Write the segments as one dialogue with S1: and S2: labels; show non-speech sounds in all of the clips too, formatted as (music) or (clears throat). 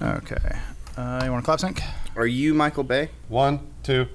S1: Okay. Uh, you want a clap sync?
S2: Are you Michael Bay?
S3: One, two.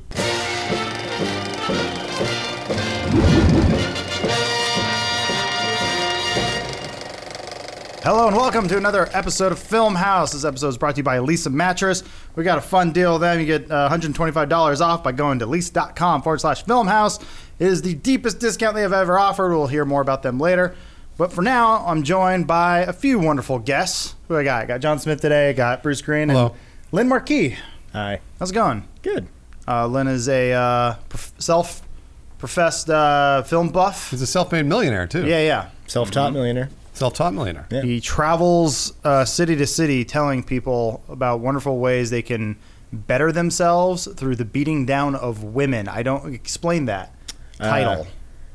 S1: Hello and welcome to another episode of Film House. This episode is brought to you by Lisa Mattress. We got a fun deal with them. You get uh, $125 off by going to lease.com forward slash film house. It is the deepest discount they have ever offered. We'll hear more about them later. But for now, I'm joined by a few wonderful guests. Who I got? I got John Smith today, I got Bruce Green,
S3: Hello.
S1: and Lynn Marquis.
S4: Hi.
S1: How's it going?
S4: Good.
S1: Uh, Lynn is a uh, prof- self professed uh, film buff.
S3: He's a self-made millionaire too.
S1: Yeah, yeah.
S4: Self-taught
S3: Mm-hmm.
S4: millionaire.
S3: Self-taught millionaire.
S4: Yeah.
S1: He travels uh, city to city telling people about wonderful ways they can better themselves through the beating down of women. I don't explain that title.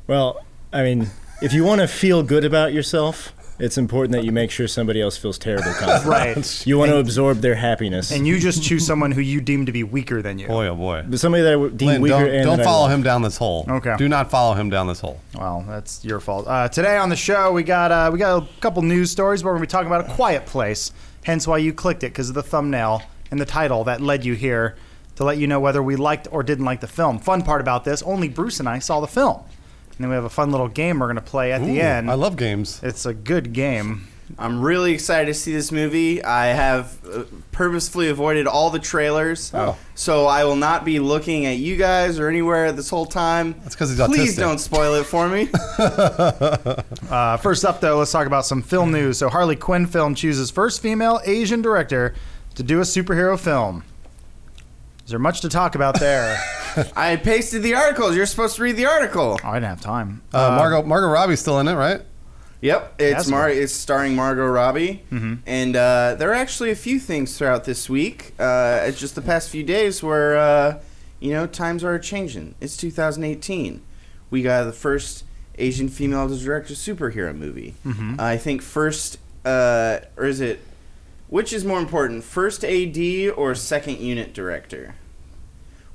S4: Well, I mean, if you want to feel good about yourself, it's important that you make sure somebody else feels terrible
S3: (laughs)
S4: constantly.
S1: right.
S4: You want to absorb their happiness.
S1: And you just choose someone who you deem to be weaker than you.
S3: Boy, oh boy.
S4: but somebody that I would deem
S3: Lynn,
S4: weaker
S3: don't,
S4: and
S3: don't
S4: that I
S3: follow
S4: love.
S3: him (laughs) down this hole.
S1: Okay.
S3: Do not follow him down this hole.
S1: Well, that's your fault. Uh, today on the show, we got uh, we got a couple news stories, but we're gonna be talking about a quiet place. Hence, why you clicked it because of the thumbnail and the title that led you here to let you know whether we liked or didn't like the film. Fun part about this: only Bruce and I saw the film, and then we have a fun little game we're gonna play at the
S3: Ooh,
S1: end.
S3: I love games.
S1: it's a good game.
S2: I'm really excited to see this movie. I have uh, purposefully avoided all the trailers,
S3: Oh.
S2: so I will not be looking at you guys or anywhere this whole time.
S3: That's 'cause he's
S2: Please
S3: autistic.
S2: don't spoil it for
S3: (laughs)
S2: me.
S1: Uh, first up, though, let's talk about some film news. So, Harley Quinn film chooses first female Asian director to do a superhero film. Is there much to talk about
S3: (laughs)
S1: there?
S2: I pasted the articles. You're supposed to read the article.
S1: oh, I didn't have time.
S3: Uh, Margot Margot Robbie's still in it, right? (laughs)
S2: Yep, it's
S1: That's
S2: Mar.
S1: good.
S2: It's starring Margot Robbie, and uh, there are actually a few things throughout this week. Uh, it's just the past few days where uh, you know times are changing. It's 2018. We got the first Asian female to direct a superhero movie. Uh, I think first, uh, or is it? Which is more important, first AD or second unit director?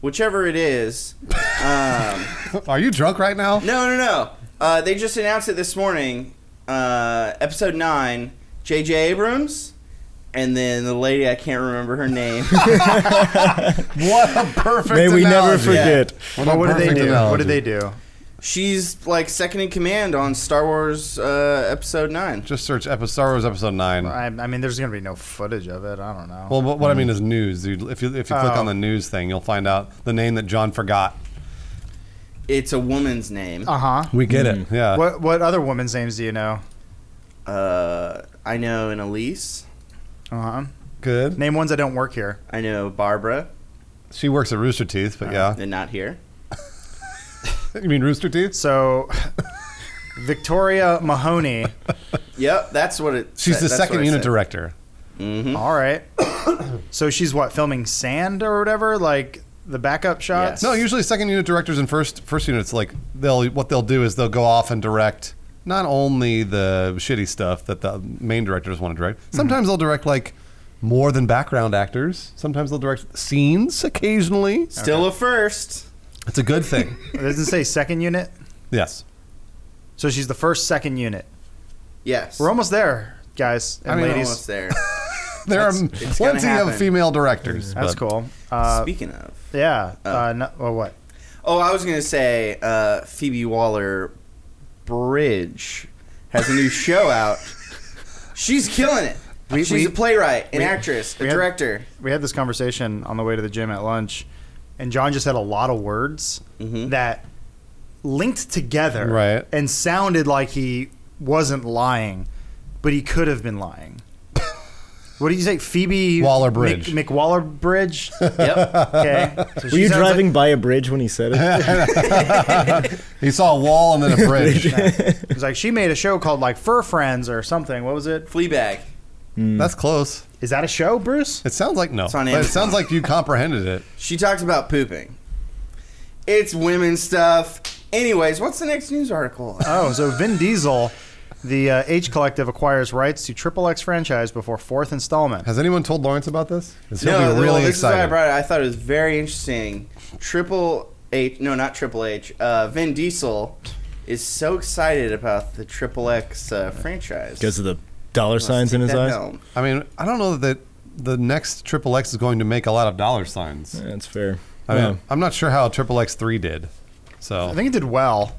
S2: Whichever it is. Um,
S3: Are you drunk right now?
S2: no, no, no. Uh, they just announced it this morning. Uh, episode nine, J.J. Abrams, and then the lady I can't remember her
S3: (laughs)
S2: name.
S3: What a perfect.
S4: May we never
S3: analogy.
S4: forget.
S3: a
S1: Well, what did they
S3: perfect
S1: do? What
S3: analogy.
S1: did they do?
S2: She's like second in command on Star Wars uh, Episode Nine.
S3: Just search episode, Star Wars Episode Nine.
S1: I, I mean, there's going to be no footage of it. I don't know.
S3: Well, what, what I mean is news. dude. If you if you click
S1: Mm. Oh.
S3: on the news thing, you'll find out the name that John forgot.
S2: It's a woman's name.
S1: uh huh.
S3: We get
S4: Mm-hmm.
S3: it. Yeah.
S1: What what other women's names do you know?
S2: Uh, I know an Elise.
S1: Uh huh.
S3: Good.
S1: Name ones that don't work here.
S2: I know Barbara.
S3: She works at Rooster Teeth, but yeah.
S2: They're not here.
S3: (laughs) You mean Rooster Teeth?
S1: So, (laughs) Victoria Mahoney.
S2: Yep, that's what it.
S3: She's
S2: said-
S3: the
S2: that's
S3: second
S2: what it
S3: unit
S2: said.
S3: director. Mm-hmm.
S1: All
S3: (coughs)
S1: right. So she's what filming sand or whatever, like the backup shots.
S3: No, usually second unit directors and first first units like they'll what they'll do is they'll go off and direct not only the shitty stuff that the main directors want to direct.
S2: Mm-hmm.
S3: Sometimes they'll direct like more than background actors. Sometimes they'll direct scenes occasionally.
S2: Still a first.
S3: It's a
S2: (laughs)
S3: good thing.
S1: It doesn't say second unit.
S3: yes.
S1: So she's the first second unit.
S2: Yes.
S1: We're almost there, guys and
S3: I mean,
S1: ladies.
S2: almost there.
S3: There are
S2: it's gonna
S3: plenty of
S2: happen.
S3: female directors.
S1: That's
S3: but-
S1: cool. Uh,
S2: Speaking of.
S1: yeah. Uh, no, well, what?
S2: Oh, I was gonna say uh, Phoebe Waller Bridge has a new show out. She's killing it.
S1: We-
S2: She's
S1: we-
S2: a playwright, an
S1: we-
S2: actress, a
S1: we had-
S2: (laughs) director.
S1: we had this conversation on the way to the gym at lunch, and John just had a lot of words
S2: Mhm.
S1: that linked together
S3: Right.
S1: and sounded like he wasn't lying, but he could have been
S4: (laughs)
S1: lying. what did you say? Phoebe
S3: Waller-Bridge.
S1: Mc, McWaller
S4: (laughs)
S1: Bridge?
S2: Yep.
S1: Okay. So
S4: Were
S1: she
S4: you
S1: sounds
S4: driving by a bridge when he said it?
S3: (laughs) He saw a wall
S2: (laughs)
S3: and then a bridge.
S1: Like, it's like she made a show called like Fur Friends or something. What was it?
S2: Fleabag.
S3: (laughs) That's close.
S1: Is that a show, Bruce?
S3: It sounds like no.
S2: It's on
S3: but it
S2: Amazon.
S3: sounds like you comprehended it.
S2: She talks about pooping. It's women stuff. Anyways, what's the next news article?
S1: Oh, so Vin Diesel, the uh, H Collective acquires rights to Triple X franchise before fourth installment.
S3: Has anyone told Lawrence about this? 'Cause He'll
S2: no,
S3: be
S2: well,
S3: really
S2: this is why I
S3: excited.
S2: brought it. I thought it was very interesting. Triple H, no, not Triple H. Uh, Vin Diesel is so excited about the Triple X uh, franchise.
S4: Because of the dollar
S2: Let's
S4: signs in
S2: take
S4: his
S2: that
S4: eyes.
S2: helm.
S3: I mean, I don't know that the next Triple X is going to make a lot of dollar signs.
S4: That's fair.
S3: I mean,
S4: Yeah.
S3: I'm not sure how Triple X three did. So
S1: I think it did well.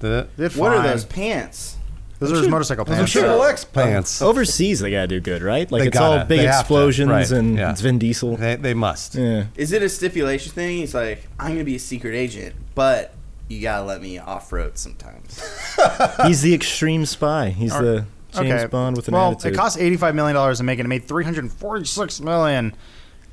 S3: did it?
S1: It did
S2: What are
S1: fine.
S2: those pants?
S1: Those are his motorcycle
S3: Those are
S1: pants.
S3: Triple X pants.
S4: Oh, Overseas, they gotta do good, right? Like
S3: They
S4: it's
S3: gotta.
S4: all big
S3: They have to.
S4: explosions
S3: Right.
S4: and
S3: Yeah.
S4: it's Vin Diesel.
S3: They, they must.
S4: Yeah.
S2: Is it a stipulation thing? He's like, I'm gonna be a secret agent, but you gotta let me off road sometimes.
S4: He's the extreme spy. He's the James Bond with an
S1: well,
S4: attitude.
S1: it cost eighty-five million dollars to make it. It made three hundred forty-six million.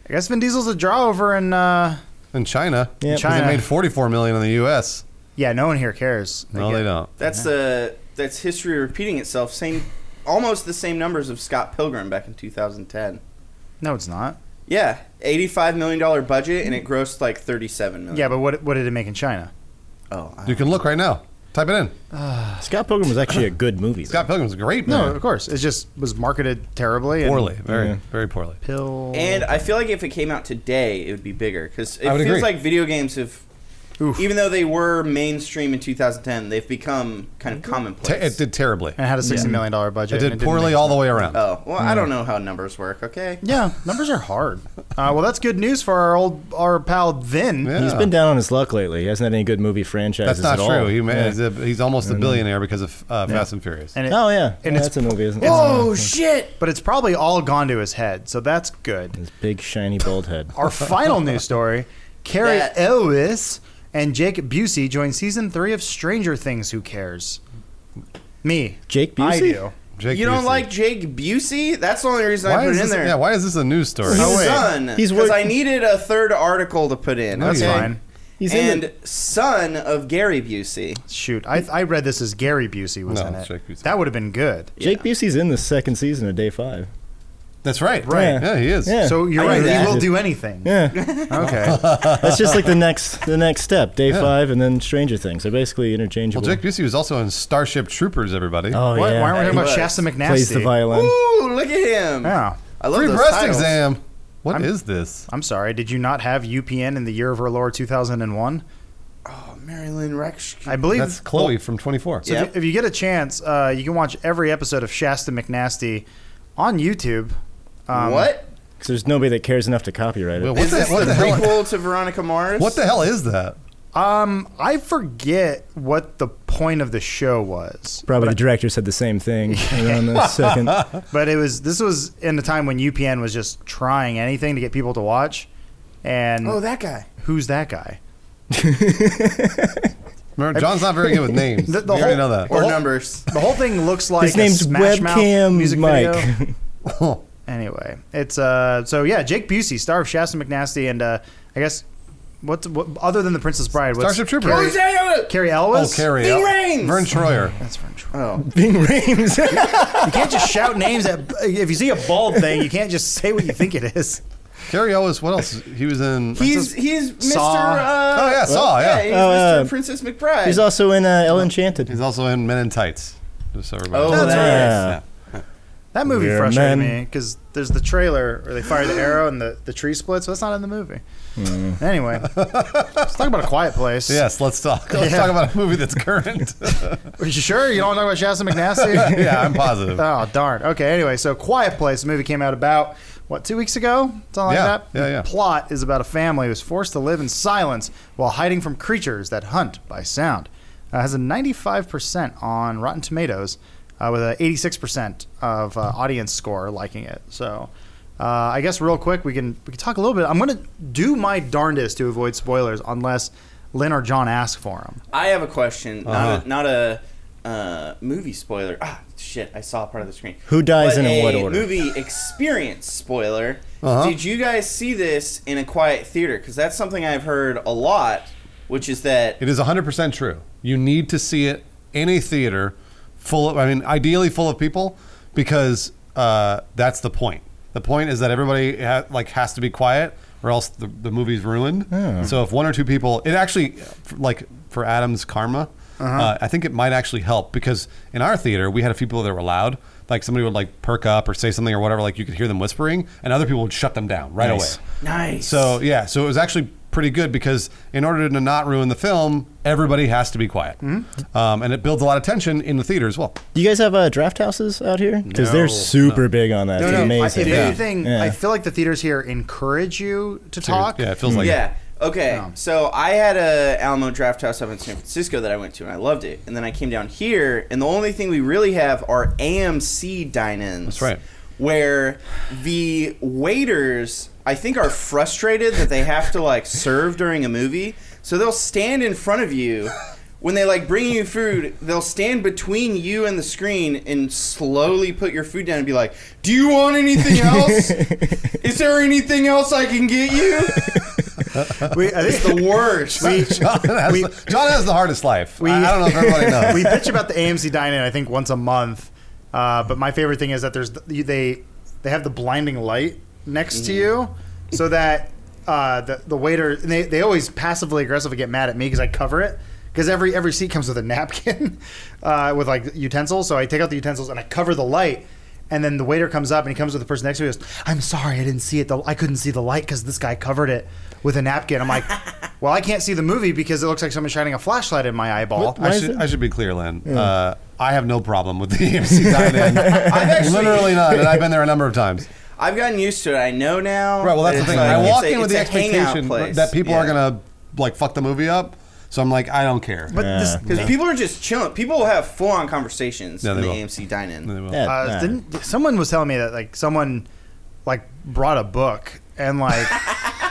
S1: I guess Vin Diesel's a draw over in. Uh,
S3: In China,
S4: Yeah.
S3: 'cause
S1: China.
S3: it made 44 million in the U.S.
S1: yeah, no one here cares.
S3: No,
S1: get-
S3: they don't.
S2: That's the that's history repeating itself. Same, almost the same numbers of Scott Pilgrim back in 2010.
S1: No, it's not.
S2: Yeah, 85 million dollar budget, and it grossed like 37 million.
S1: Yeah, but what what did it make in China?
S2: Oh, I-
S3: You can look right now. Type it in.
S4: Scott Pilgrim was actually a good movie. though.
S3: Scott Pilgrim's a great.
S1: No,
S3: man.
S1: of course. It just was marketed terribly. And
S3: poorly, very,
S4: Yeah.
S3: very poorly.
S1: Pill.
S2: and I feel like if it came out today, it would be bigger because it
S3: I
S2: feels
S3: would agree.
S2: like video games have.
S1: Oof.
S2: Even though they were mainstream in 2010, they've become kind of
S3: Te-
S2: commonplace.
S3: it did terribly.
S1: and it had a sixty million dollar
S3: It
S1: budget. and
S3: did
S1: didn't
S3: poorly
S1: make-
S3: all the way around.
S2: Oh well,
S3: Hmm.
S2: I don't know how numbers work. Okay.
S1: Yeah, numbers are hard. Uh, well, that's good news for our old our pal Vin.
S3: Yeah.
S4: He's been down on his luck lately. He hasn't had any good movie
S3: That's
S4: franchises.
S3: not
S4: at
S3: true.
S4: All.
S3: He ma-
S4: Yeah.
S3: he's, a, he's almost a billionaire because of uh, Fast and Furious.
S1: And it,
S4: Oh yeah,
S1: And
S4: Yeah,
S1: it's-
S4: that's a movie, isn't it?
S2: Oh shit!
S1: (laughs) But it's probably all gone to his head, so that's good.
S4: His big shiny bald head.
S1: Our final news story Carrie
S2: That-
S1: Elwes and Jake Busey join season three of Stranger Things Who Cares? Me.
S4: Jake
S1: I
S4: Busey.
S1: do.
S3: Jake
S2: you don't
S3: Busey.
S2: like Jake Busey? That's the only reason I
S3: Why
S2: put
S3: is
S2: it in
S3: this,
S2: there.
S3: Yeah, why is this a news story?
S1: Oh, wait.
S2: son,
S4: He's
S2: because I
S4: working-
S2: needed a third article to put in.
S3: No,
S1: That's
S3: you
S2: okay?
S3: didn't.
S1: fine.
S4: He's in
S2: and son of Gary Busey.
S1: Shoot, I, I read this as Gary Busey was
S3: No,
S1: in
S3: it's
S1: it.
S3: Jake Busey.
S1: That would have been good.
S4: the, Jake Busey's in the second season of Day Five.
S3: That's right.
S1: Right.
S3: Yeah, he is.
S4: Yeah.
S1: So you're
S2: I
S1: right.
S2: knew
S1: He
S2: that.
S1: will do anything.
S4: Yeah,
S1: Okay.
S4: that's just like the next the next step. Day
S3: Yeah.
S4: Five and then Stranger Things. They're basically interchangeable.
S3: Well, Jake Busey was also in Starship Troopers. Everybody.
S4: oh
S1: Why-
S4: yeah,
S1: Why aren't we talking about
S2: He
S1: Shasta McNasty?
S4: plays the violin.
S2: Ooh, look at him.
S1: Yeah.
S2: I love
S3: Free
S2: those
S3: breast
S2: titles.
S3: exam. What is
S1: I'm-
S3: this?
S1: I'm sorry. Did you not have UPN in the year of our Lord 2001?
S2: Oh, Marilyn Rex.
S1: I believe
S3: That's Chloe from 24.
S1: So
S2: Yeah.
S1: if, you, if you get a chance, uh, you can watch every episode of Shasta McNasty on YouTube. Um,
S2: what?
S4: 'Cause there's nobody that cares enough to copyright it.
S3: Well, what
S2: Is
S3: um, the,
S2: this
S3: what
S2: the,
S3: the hell?
S2: prequel to Veronica Mars?
S3: What the hell is that?
S1: Um, I forget what the point of the show was,
S4: Probably the director said the
S3: (laughs)
S4: same thing around the second.
S1: but it was this was in the time when UPN was just trying anything to get people to watch. And
S2: Oh, that guy.
S1: who's that guy?
S3: Remember, John's not very good with names.
S1: The- the
S3: we already
S1: whole-
S3: know that.
S2: Or
S1: Well-
S2: numbers.
S1: The whole thing looks like
S4: His
S1: a
S4: name's
S1: Smash Mouth
S4: Webcam
S1: music video.
S4: Mike. (laughs)
S2: Oh.
S1: Anyway, it's uh so yeah, Jake Busey, star of Shasta McNasty, and uh I guess what's what other than the Princess Bride, what's
S3: Starship Troopers.
S2: Who's that?
S1: Carrie
S3: oh,
S1: Elwes?
S3: Carrie.
S2: Bing
S3: Oh,
S2: Rames!
S3: Vern Troyer.
S1: (laughs) That's French.
S2: Oh,
S4: Bing Rames. (laughs)
S1: You can't just shout names at. If you see a bald thing, you can't just say what you think it is.
S3: Carrie Ellis. What else? He was in.
S2: he's he's Mr.
S1: Saw.
S2: Uh,
S3: Oh, yeah, Saw, yeah.
S2: he's
S4: Oh,
S2: Mr.
S4: yeah.
S2: Princess McBride.
S4: He's also in uh, El Enchanted.
S3: He's also in Men in Tights. Just so everybody
S2: Oh,
S3: knows.
S2: that's
S4: Yeah.
S1: That movie
S4: Yeah,
S1: frustrated
S4: man.
S1: me because there's the trailer where they fire the arrow and the, the tree splits. But that's not in the movie.
S3: Hmm.
S1: Anyway, let's talk about a quiet place.
S3: Yes, let's talk. (laughs) Let's
S1: Yeah.
S3: talk about a movie that's current. (laughs)
S1: Are you sure you don't want to talk about Shasta McNasty?
S3: yeah,
S1: (laughs)
S3: I'm positive.
S1: Oh darn. Okay. Anyway, so Quiet Place, the movie came out about what two weeks ago, something like
S3: Yeah,
S1: that.
S3: yeah,
S1: the
S3: yeah.
S1: Plot is about a family who's forced to live in silence while hiding from creatures that hunt by sound. Uh, has a 95% on Rotten Tomatoes, uh, with a 86% of uh, audience score liking it. So. Uh, I guess real quick we can we can talk a little bit. I'm gonna do my darndest to avoid spoilers unless Lynn or John ask for them.
S2: I have a question.
S3: Uh-huh.
S2: Not a, not a uh, movie spoiler. Ah, shit! I saw part of the screen.
S4: Who dies
S2: But
S4: and in
S2: a
S4: what order?
S2: Movie experience spoiler.
S3: Uh-huh.
S2: Did you guys see this in a quiet theater? Because that's something I've heard a lot, which is that
S3: It is 100% true. You need to see it in a theater full of, I mean, ideally full of people because uh, that's the point. The point is that everybody ha- like has to be quiet or else the, the movie's ruined. So if one or two people, it actually, f- like for Adam's karma, uh I think it might actually help because in our theater, we had a few people that were loud. Like somebody would like perk up or say something or whatever, like you could hear them whispering, and other people would shut them down right
S4: Nice.
S3: away.
S2: nice.
S3: So yeah, so it was actually pretty good because in order to not ruin the film, everybody has to be quiet,
S2: Mm-hmm.
S3: um, and it builds a lot of tension in the theater as well.
S4: Do you guys have uh, draft houses out here? Because
S3: No,
S4: they're super big on that.
S1: No,
S4: it's
S1: no. I, if
S4: amazing. Yeah.
S1: anything,
S4: Yeah.
S1: I feel like the theaters here encourage you to talk.
S3: Yeah, it feels like
S2: yeah. Okay. So I had a Alamo Draft House up in San Francisco that I went to and I loved it. And then I came down here and the only thing we really have are AMC dine-ins.
S3: That's right.
S2: Where the waiters I think are frustrated that they have to like serve during a movie. So they'll stand in front of you when they like bring you food, they'll stand between you and the screen and slowly put your food down and be like, "Do you want anything
S3: (laughs)
S2: else? Is there anything else I can get you?"
S1: We, I
S2: It's
S1: think
S2: the worst.
S3: (laughs) (laughs) John has,
S1: We-
S3: the, John has the hardest life.
S1: We-
S3: Ah, I, I don't know if
S2: (laughs)
S3: everybody knows.
S1: we bitch about the AMC dine-in. I think once a month, uh, but my favorite thing is that there's you- they they have the blinding light next to you, so that uh, the the waiter and they they always passively aggressively get mad at me because I cover it. Because every every seat comes with a napkin, (laughs) uh, with like utensils. So I take out the utensils and I cover the light, and then the waiter comes up and he comes with the person next to me. and Goes, I'm sorry, I didn't see it. The, I couldn't see the light because this guy covered it with a napkin. I'm like, well, I can't see the movie because it looks like someone's shining a flashlight in my eyeball.
S3: I should, I should be clear, Lynn. Uh, I have no problem with the (laughs)
S2: (laughs)
S3: AMC dine-in.
S2: actually-
S3: Literally none, and I've been there a number of times.
S2: I've gotten used to it. I know now.
S3: Right. Well, that's the
S2: It's
S3: thing.
S2: like-
S3: I
S2: it's
S3: walk
S2: a-
S3: in with the
S2: it's a hangout
S3: expectation
S2: place.
S3: that people are
S2: Yeah.
S3: gonna like fuck the movie up. So I'm like, I don't care.
S1: But this,
S2: Because people are just chilling. People will have full on conversations
S3: No,
S2: in
S3: they
S2: the
S3: will.
S2: AMC dine in.
S3: They will.
S4: Yeah,
S1: uh,
S4: nah.
S1: didn't someone was telling me that like someone like brought a book and
S4: (laughs)
S1: like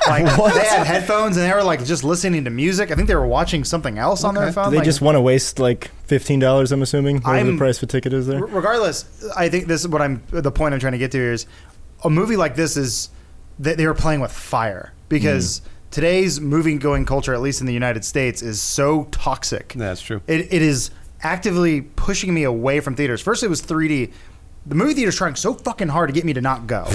S1: like they had headphones and they were like just listening to music. I think they were watching something else on their phone.
S4: Do they
S1: like-
S4: just want to waste like fifteen dollars? I'm assuming whatever
S1: I'm-
S4: the price of a ticket is there.
S1: R- regardless, I think this is what I'm. The point I'm trying to get to here is, a movie like this is that they were playing with fire because
S4: Mm.
S1: today's movie going culture, at least in the United States, is so toxic.
S3: That's true.
S1: It, it is actively pushing me away from theaters. First, it was 3D. The movie theater's trying so fucking hard to get me to not go.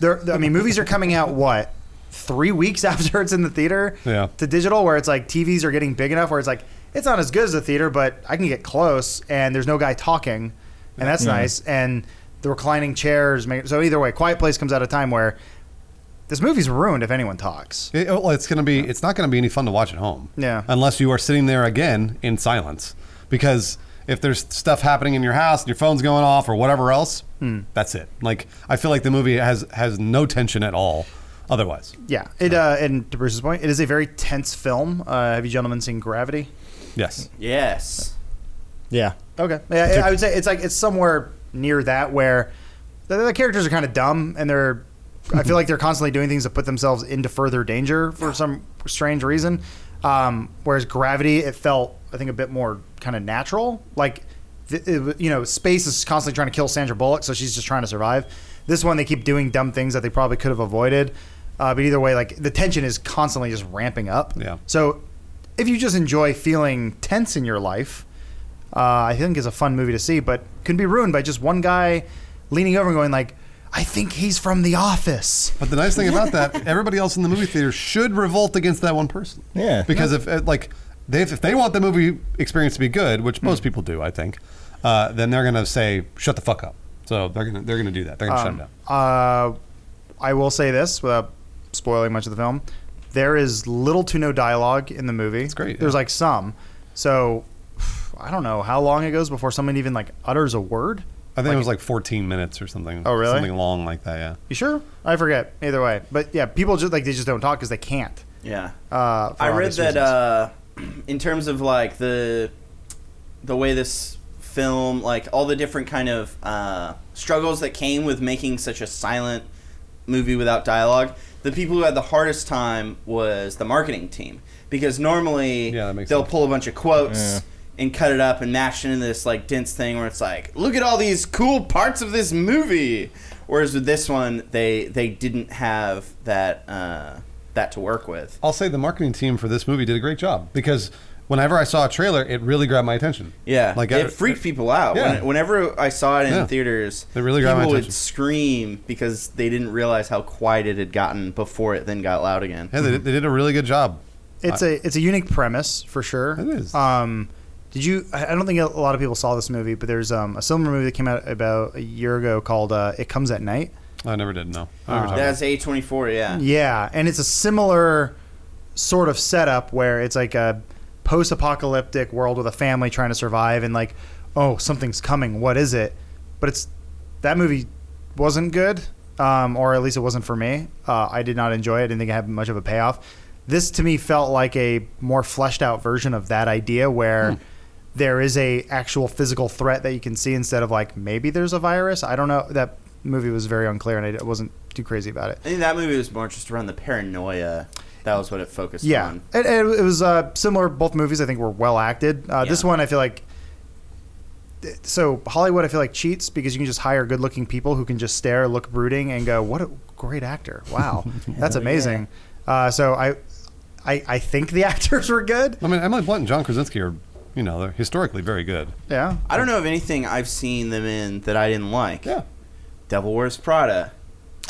S1: They're, I mean, movies are coming out what three weeks (laughs) after it's in the theater
S3: Yeah.
S1: to digital, where it's like TVs are getting big enough where it's like it's not as good as a theater, but I can get close, and there's no guy talking, and that's nice. And the reclining chairs make so either way, Quiet Place comes at a time where this movie's ruined if anyone talks.
S3: It- oh, well, it's gonna be. It's not gonna be any fun to watch at home.
S1: Yeah.
S3: Unless you are sitting there again in silence, because if there's stuff happening in your house and your phone's going off or whatever else,
S4: Hmm.
S3: that's it. Like I feel like the movie has has no tension at all. Otherwise,
S1: Yeah, it uh, and to Bruce's point, it is a very tense film. Uh, have you gentlemen seen Gravity?
S3: yes.
S2: Yes.
S4: Yeah,
S1: Okay. Yeah, I would say it's like it's somewhere near that where the, the characters are kind of dumb and they're. I feel like they're constantly doing things to put themselves into further danger for some strange reason. Um, whereas gravity, it felt I think a bit more kind of natural. Like, th- it, w- you know, space is constantly trying to kill Sandra Bullock, so she's just trying to survive. This one, they keep doing dumb things that they probably could have avoided. Uh, but either way, like the tension is constantly just ramping up.
S3: Yeah.
S1: So, if you just enjoy feeling tense in your life, uh, I think is a fun movie to see, but can be ruined by just one guy leaning over and going like, "I think he's from The Office."
S3: But the nice thing about
S4: (laughs)
S3: that, everybody else in the movie theater should revolt against that one person.
S4: Yeah.
S3: Because if if like they if they want the movie experience to be good, which
S4: Hmm.
S3: most people do, I think, uh, then they're gonna say shut the fuck up. So they're gonna they're gonna do that. They're gonna shut
S4: Um,
S3: them down.
S1: Uh, I will say this without spoiling much of the film: there is little to no dialogue in the movie. It's
S3: great,
S1: There's
S3: yeah.
S1: like some, so I don't know how long it goes before someone even like utters a word.
S3: I think it was like 14 minutes or something.
S1: Oh, really?
S3: Something long like that. Yeah.
S1: You sure? I forget. Either way, but yeah, people just like they just don't talk because they can't.
S2: Yeah.
S1: Uh, for
S2: I read
S1: obvious
S2: that
S1: reasons.
S2: uh, (clears throat) in terms of like the the way this film, like all the different kind of uh, struggles that came with making such a silent movie without dialogue, the people who had the hardest time was the marketing team because normally
S3: Yeah, that makes
S2: they'll
S3: sense.
S2: pull a bunch of quotes.
S4: Yeah.
S2: And cut it up and mash it into this like dense thing where it's like, look at all these cool parts of this movie. Whereas with this one, they they didn't have that uh, that to work with.
S3: I'll say the marketing team for this movie did a great job because whenever I saw a trailer, it really grabbed my attention.
S2: Yeah,
S3: Like
S2: it
S3: I-
S2: freaked people out.
S3: Yeah.
S2: When, whenever I saw it in
S3: Yeah.
S2: theaters,
S3: It really got my
S2: people would
S3: attention.
S2: scream because they didn't realize how quiet it had gotten before it then got loud again.
S3: Yeah, they, did- they did a really good job.
S1: It's a it's a unique premise for sure.
S3: It is.
S1: Um, did you? I I don't think a lot of people saw this movie, but there's um, a similar movie that came out about a year ago called uh, "It Comes at Night."
S2: Uh, Ah.
S3: I never did. No. I never talked about
S2: That's A twenty four. Yeah,
S1: Yeah, and it's a similar sort of setup where it's like a post-apocalyptic world with a family trying to survive and like, oh, something's coming. What is it? But it's that movie wasn't good, um, or at least it wasn't for me. Uh, I did not enjoy it. I didn't think it had much of a payoff. This to me felt like a more fleshed out version of that idea where there is a actual physical threat that you can see instead of like maybe there's a virus. I don't know. That movie was very unclear, and I d- wasn't too crazy about it.
S2: I think that movie was more just around the paranoia. That was what it focused
S1: Yeah,
S2: on.
S1: it, it, it was uh, similar. Both movies, I think, were well acted. Uh, This
S2: Yeah.
S1: one, I feel like. So Hollywood, I feel like cheats because you can just hire good-looking people who can just stare, look brooding, and go, "What a great actor! (laughs) Wow, that's amazing." Uh, so I, I, I think the (laughs) actors were good.
S3: I mean, Emily Blunt and John Krasinski are, you know, they're historically very good.
S1: Yeah,
S2: I don't know of anything I've seen them in that I didn't like.
S3: Yeah.
S2: Devil Wears Prada,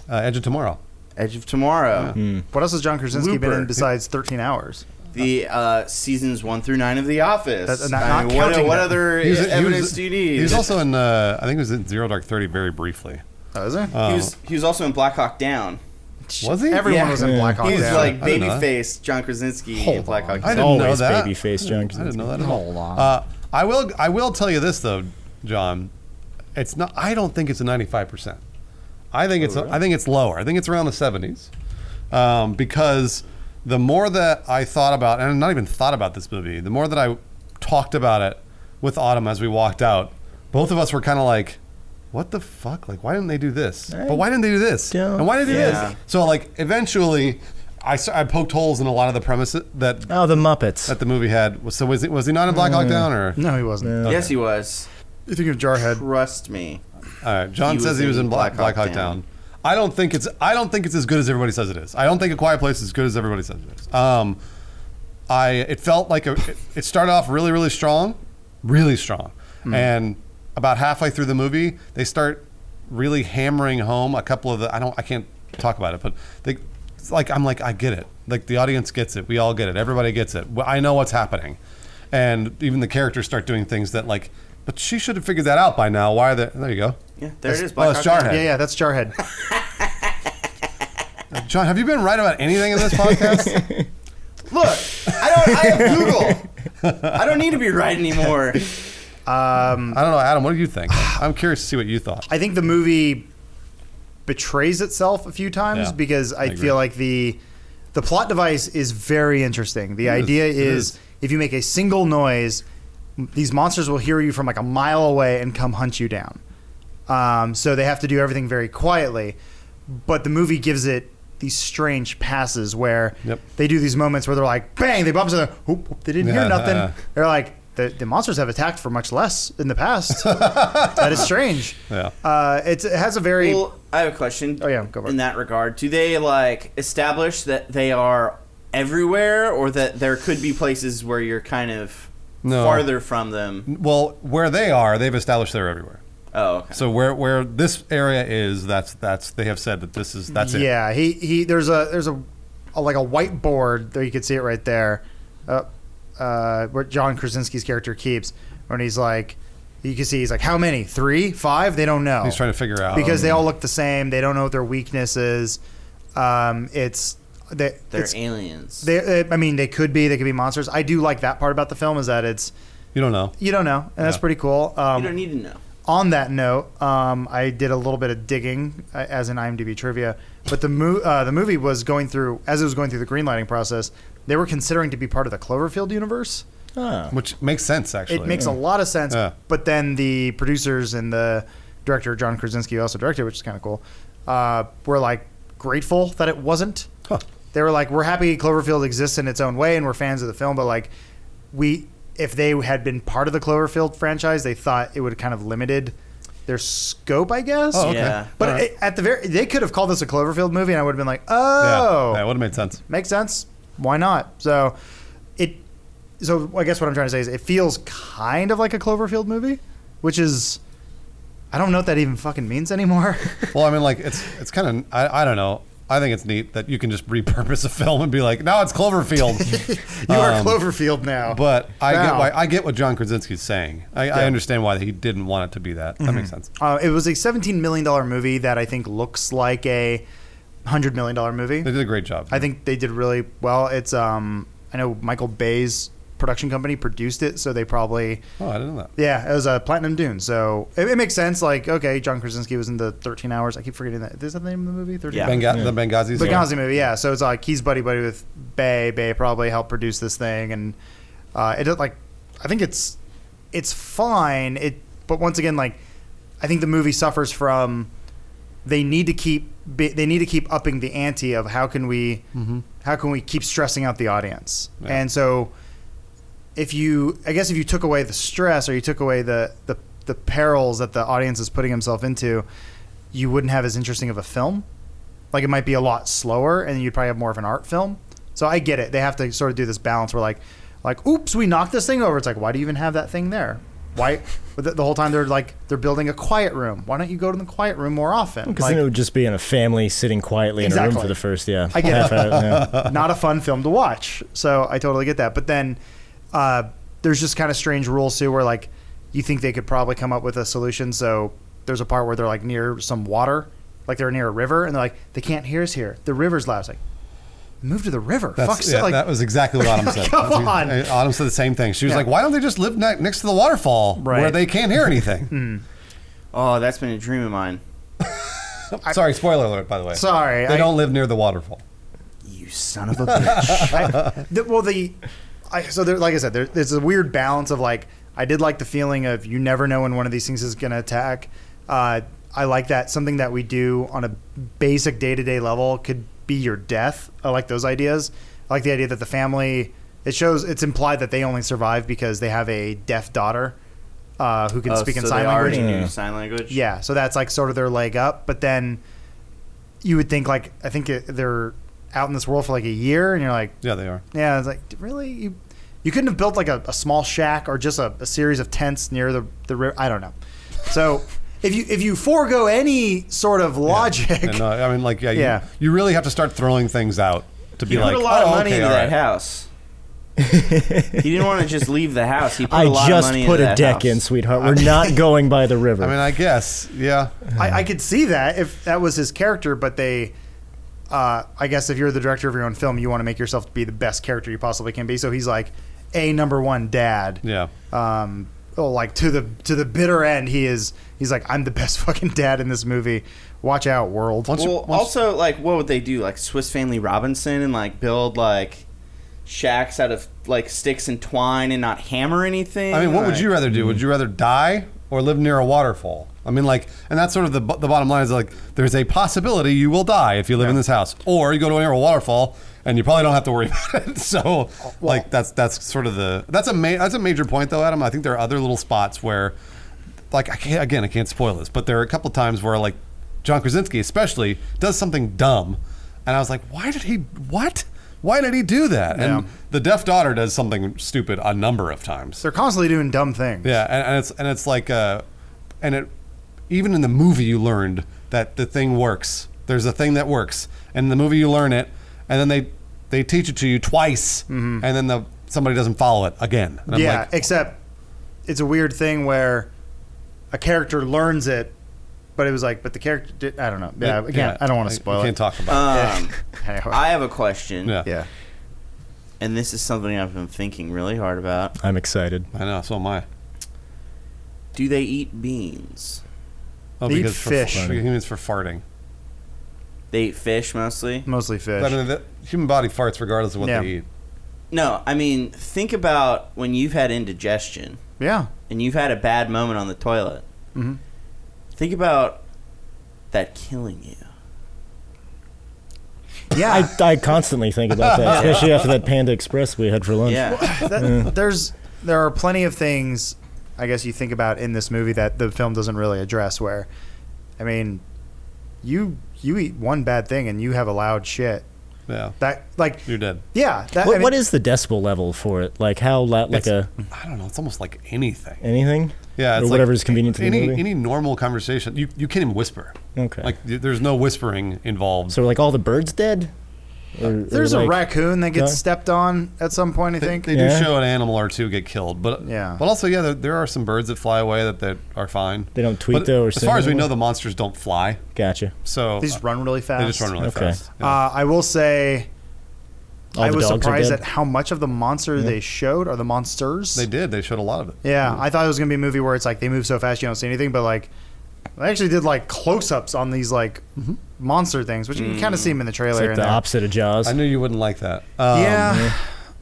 S3: Uh, Edge of Tomorrow.
S2: Edge of Tomorrow,
S1: what else has John Krasinski been
S2: Looper.
S1: in besides Thirteen Hours?
S2: the uh, seasons one through nine of The Office.
S1: That- not-
S2: I
S1: not
S2: mean, what,
S1: counting
S2: what
S1: that.
S2: other
S3: He was- he was-
S2: evidence do you need?
S3: He was also in, uh, I think he was in Zero Dark Thirty very briefly.
S1: Oh, is there?
S3: Uh,
S2: he was, he was also in Black Hawk Down.
S3: Was he?
S1: Everyone
S2: Yeah.
S1: was in Black Hawk
S2: He was
S1: Down.
S2: like
S3: I didn't know that.
S2: babyface John Krasinski in
S1: Hold
S2: Black
S1: on.
S2: Hawk
S3: I
S2: Down.
S3: didn't know
S4: Always
S3: that.
S4: babyface John
S3: I didn't
S4: Krasinski.
S3: know that at all.
S1: Hold on.
S3: Uh, I will. I will tell you this though, John. It's not. I don't think it's a ninety-five percent. I
S4: Oh,
S3: think it's. I think it's lower. I think it's around the seventies, um, because the more that I thought about, and not even thought about this movie, the more that I talked about it with Autumn as we walked out, both of us were kind of like, "What the fuck? Like, why didn't they do this? But why didn't they do this?
S4: don't
S3: And why did they do
S2: Yeah.
S3: this?" So like, eventually, I, s- I poked holes in a lot of the premises that
S4: Oh, the Muppets.
S3: that the movie had. So was he, was he not in Black Hawk Down or?
S1: no, he wasn't.
S2: Yes, he was.
S1: You think of Jarhead?
S2: Trust me.
S3: All right, John
S2: He
S3: says
S2: was
S3: he was
S2: in
S3: in Black, Black Hawk Down. I don't think it's I don't think it's as good as everybody says it is. I don't think A Quiet Place is as good as everybody says it is. Um, I it felt like a, it, it started off really really strong, really strong, and about halfway through the movie they start really hammering home a couple of the I don't I can't talk about it, but they it's like I'm like I get it. Like the audience gets it. We all get it. Everybody gets it. I know what's happening and even the characters start doing things that like. But she should have figured that out by now. Why are they? There you go.
S2: Yeah, there it
S3: That's-
S2: is, Black
S3: oh, it's
S2: Hawk
S3: Jarhead.
S1: Yeah, yeah, that's Jarhead.
S3: John, have you been right about anything in
S2: (laughs)
S3: this podcast?
S2: Look, I don't. I have Google. I don't need to be right anymore.
S3: I don't know, Adam. What do
S2: (sighs)
S3: you think? I'm curious to see what you thought.
S1: I think the movie betrays itself a few times
S3: Yeah,
S1: because I,
S3: I agree.
S1: feel like the the plot device is very interesting. The
S3: It is,
S1: idea
S3: it
S1: is,
S3: is.
S1: if you make a single noise, m- these monsters will hear you from like a mile away and come hunt you down. Um, so they have to do everything very quietly. But the movie gives it these strange passes where
S3: Yep.
S1: they do these moments where they're like, bang, they bump into the, whoop, whoop, they didn't hear nothing.
S3: (laughs)
S1: They're like, the, the monsters have attacked for much less in the
S3: (laughs)
S1: past. that is strange.
S3: Yeah.
S1: Uh, it's, it has a very.
S2: Well, I have a question.
S1: Oh, yeah, go for it.
S2: In that regard, do they like establish that they are everywhere, or that there could be places where you're kind of
S3: No.
S2: farther from them?
S3: Well, where they are, they've established they're everywhere.
S2: Oh, okay.
S3: So where where this area is, that's that's they have said that this is that's it.
S1: yeah, he, he there's a there's a, a like a whiteboard there you can see it right there, uh, uh, where John Krasinski's character keeps when he's like, you can see he's like how many three five they don't know
S3: He's trying to figure out
S1: because they all look the same they don't know what their weakness is, um, it's they,
S2: they're
S1: it's,
S2: aliens.
S1: they I mean they could be they could be monsters I do like that part about the film is that it's
S3: You don't know.
S1: you don't know and that's
S3: Yeah.
S1: pretty cool um,
S2: you don't need to know.
S1: on that note, um, I did a little bit of digging uh, as in IMDb trivia, but the mo- uh, the movie was going through as it was going through the greenlighting process. They were considering to be part of the Cloverfield universe.
S4: Ah.
S3: Which makes sense actually.
S1: it makes a lot of sense.
S3: Yeah.
S1: But then the producers and the director John Krasinski, who also directed, which is kind of cool, uh, were like grateful that it wasn't.
S3: Huh.
S1: They were like, "We're happy Cloverfield exists in its own way, and we're fans of the film, but like, we if they had been part of the Cloverfield franchise, they thought it would have kind of limited." Their scope, I guess.
S3: Oh, okay.
S2: Yeah.
S1: But
S3: All right.
S1: it- at the very, they could have called this a Cloverfield movie, and I would have been like,
S3: Yeah.
S1: "Oh,
S3: that would have made sense.
S1: makes sense. Why not? So it so I guess what I'm trying to say is it feels kind of like a Cloverfield movie, which is I don't know what that even fucking means anymore. (laughs)
S3: Well, I mean, like it's it's kind of I, I don't know. I think it's neat that you can just repurpose a film and be like, now it's Cloverfield.
S1: (laughs) you are
S3: Um,
S1: Cloverfield now.
S3: But I
S1: Wow.
S3: get why I get what John Krasinski's saying. I, I understand why he didn't want it
S1: Mm-hmm.
S3: to be that. That makes sense.
S1: Uh, it was a $17 million movie that I think looks like a hundred million dollar movie.
S3: They did a great job.
S1: I think they did really well. It's um I know Michael Bay's production company produced it, so they probably
S3: Oh, I didn't know that.
S1: yeah, it was a Platinum Dune. So it, it makes sense. Like okay, John Krasinski was in the Thirteen Hours. I keep forgetting that. Is that the name of the movie? Thirteen.
S2: Yeah.
S1: Hours?
S3: Benga- The Benghazi. story.
S1: Benghazi movie, yeah. So it's like he's buddy buddy with Bay. Bay probably helped produce this thing, and uh, it does- like I think it's it's fine. It but once again, like I think the movie suffers from they need to keep be- they need to keep upping the ante of how can we how can we keep stressing out the audience,
S3: Mm-hmm. Yeah.
S1: and so if you I guess if you took away the stress or you took away the the, the perils that the audience is putting himself into, you wouldn't have as interesting of a film. Like it might be a lot slower and you'd probably have more of an art film. So I get it. They have to sort of do this balance where like like oops, we knocked this thing over. It's like why do you even have that thing there? Why (laughs) the, the whole time they're like they're building a quiet room. Why don't you go to the quiet room more often?
S4: Because
S1: Like,
S4: then it would just be in a family sitting quietly in a room
S1: Exactly.
S4: for the first, yeah.
S1: I get it.
S4: half hour,
S1: (laughs)
S4: yeah.
S1: not a fun film to watch. So I totally get that. But then uh, there's just kind of strange rules too, where like you think they could probably come up with a solution. So there's a part where they're like near some water, like they're near a river, and they're like they can't hear us here. The river's loud. It's like move to the river. Fuck.
S3: That's,
S1: so,
S3: yeah,
S1: like,
S3: that was exactly
S1: (laughs)
S3: what Autumn said.
S1: Come
S3: That's ex-
S1: on.
S3: I- Autumn said the same thing. She was
S1: Yeah.
S3: like, "Why don't they just live ne- next to the waterfall where
S1: Right.
S3: they can't hear anything?"
S1: (laughs)
S2: Oh, that's been a dream of mine.
S3: (laughs) Sorry, spoiler alert, by the way.
S1: Hmm. Sorry,
S3: they
S1: I-
S3: don't live near the waterfall.
S2: You son of a bitch. (laughs)
S1: I, the, well, the I, so there, like I said, there, there's a weird balance of like I did like the feeling of you never know when one of these things is going to attack. Uh, I like that something that we do on a basic day to day level could be your death. I like those ideas. I like the idea that the family. It shows it's implied that they only survive because they have a deaf daughter uh, who can
S2: Oh,
S1: speak in
S2: so
S1: sign
S2: they
S1: language.
S2: already knew
S4: Yeah.
S2: sign language.
S1: Yeah, so that's like sort of their leg up. But then you would think like I think it, they're out in this world for like a year, and you're like,
S3: Yeah, they are.
S1: yeah, it's like really you, you couldn't have built like a, a small shack or just a, a series of tents near the the river. I don't know. So if you if you forego any sort of (laughs) logic,
S3: And, uh, I mean, like, yeah,
S1: Yeah.
S3: You, you really have to start throwing things out to be
S2: He
S3: like,
S2: put a lot
S3: "Oh,
S2: of money
S3: okay,
S2: into
S3: all
S2: that
S3: right."
S2: house. he didn't want to just leave the house. He put a
S4: I
S2: lot of
S4: just
S2: money
S4: put
S2: into
S4: a
S2: that
S4: deck
S2: house.
S4: in, sweetheart. We're not going by
S1: (laughs)
S4: the river.
S3: I mean, I guess, yeah.
S1: I, I could see that if that was his character, but they. Uh, I guess if you're the director of your own film, you want to make yourself be the best character you possibly can be. So he's like a number one dad.
S3: Yeah.
S1: um, oh, like to the to the bitter end, he is. He's like, I'm the best (laughs) fucking dad in this movie. Watch out, world.
S3: Once you-
S2: Well,
S3: once-
S2: also, like, what would they do? Like Swiss Family Robinson and like build like shacks out of like sticks and twine and not hammer anything.
S3: I mean, what would
S2: Like,
S3: you rather do? Would you rather die or live near a waterfall? I mean, like, and that's sort of the, bo- the bottom line is like, there's a possibility you will die if you live in this house, or you go to near a waterfall and you probably don't have to worry (laughs) about it. So, like, that's that's sort of the that's a ma- that's a major point though, Adam. I think there are other little spots where, like, I can't again, I can't spoil this, but there are a couple times where like John Krasinski especially does something dumb, and I was like, why did he what? Why did he do that? And
S1: Yeah.
S3: the deaf daughter does something stupid a number of times.
S1: They're constantly doing dumb things.
S3: Yeah, and, and it's and it's like uh, and it even in the movie you learned that the thing works. There's a thing that works, and in the movie you learn it, and then they they teach it to you twice, and then the somebody doesn't follow it again. And
S1: Mm-hmm.
S3: I'm
S1: yeah,
S3: like,
S1: except it's a weird thing where a character learns it, but it was like, but the character did. I don't know. Yeah,
S3: it-
S1: again, I don't want to spoil it.
S3: I
S1: Uh,
S3: Can't talk
S1: (laughs)
S3: about (laughs)
S2: Um,
S1: Hey,
S2: I have a question,
S3: Yeah.
S1: yeah.
S2: and this is something I've been thinking really hard about.
S4: I'm excited.
S3: it. I know. So am I.
S2: Do they eat beans?
S3: Oh,
S1: They eat
S3: because for-
S1: fish.
S3: For, humans for farting.
S2: They eat fish mostly.
S1: Mostly fish.
S3: I mean, the human body farts regardless of what
S1: Yeah.
S3: they eat.
S2: No, I mean, think about when you've had indigestion
S3: (laughs)
S1: yeah.
S2: and you've had a bad moment on the toilet.
S1: Mhm.
S2: Think about that killing you.
S1: Yeah.
S4: I, I constantly think
S1: (laughs)
S4: about that, especially after that Panda Express we had for lunch.
S2: Yeah.
S1: that, there's there are plenty of things I guess you think about in this movie that the film doesn't really address. Where, I mean, you you eat one bad thing and you have allowed shit
S3: Yeah,
S1: that like
S3: you're dead.
S1: yeah. That,
S4: What,
S1: I mean,
S4: what is the decibel level for it? Like how loud? Like
S3: It's-
S4: a
S3: I don't know. It's almost like anything.
S4: anything?
S3: Yeah,
S4: or
S3: it's like
S4: whatever is convenient to the
S3: any,
S4: movie.
S3: Any normal conversation, you, you can't even whisper.
S4: Okay.
S3: Like y- there's no whispering involved.
S4: so like all the birds dead? Or, or
S1: There's a
S4: like-
S1: raccoon that gets
S4: No?
S1: stepped on at some point, I
S3: They,
S1: think.
S3: they
S4: Yeah.
S3: do show an animal or two get killed, but
S1: Yeah.
S3: But also, yeah, there, there are some birds that fly away that, that are fine.
S4: They don't tweet,
S3: But
S4: though, or
S3: as
S4: sing
S3: far as we
S4: anymore?
S3: know, the monsters don't fly,
S4: Gotcha.
S3: so
S1: They just run really fast.
S3: they just run really
S4: Okay.
S3: fast. Yeah.
S1: Uh, I will say,
S4: All
S1: I
S4: the
S1: was
S4: dogs are
S1: surprised
S4: dead.
S1: at how much of the monster they showed are the monsters.
S3: they did. They showed a lot of it.
S1: yeah, I thought it was gonna be a movie where it's like they move so fast you don't see anything, but like they actually did like close-ups on these like monster things, which you can kind of see them in the
S4: It's
S1: trailer.
S4: like
S1: and
S4: the
S1: there.
S4: opposite of Jaws.
S3: I knew you wouldn't like that. Um,
S1: yeah,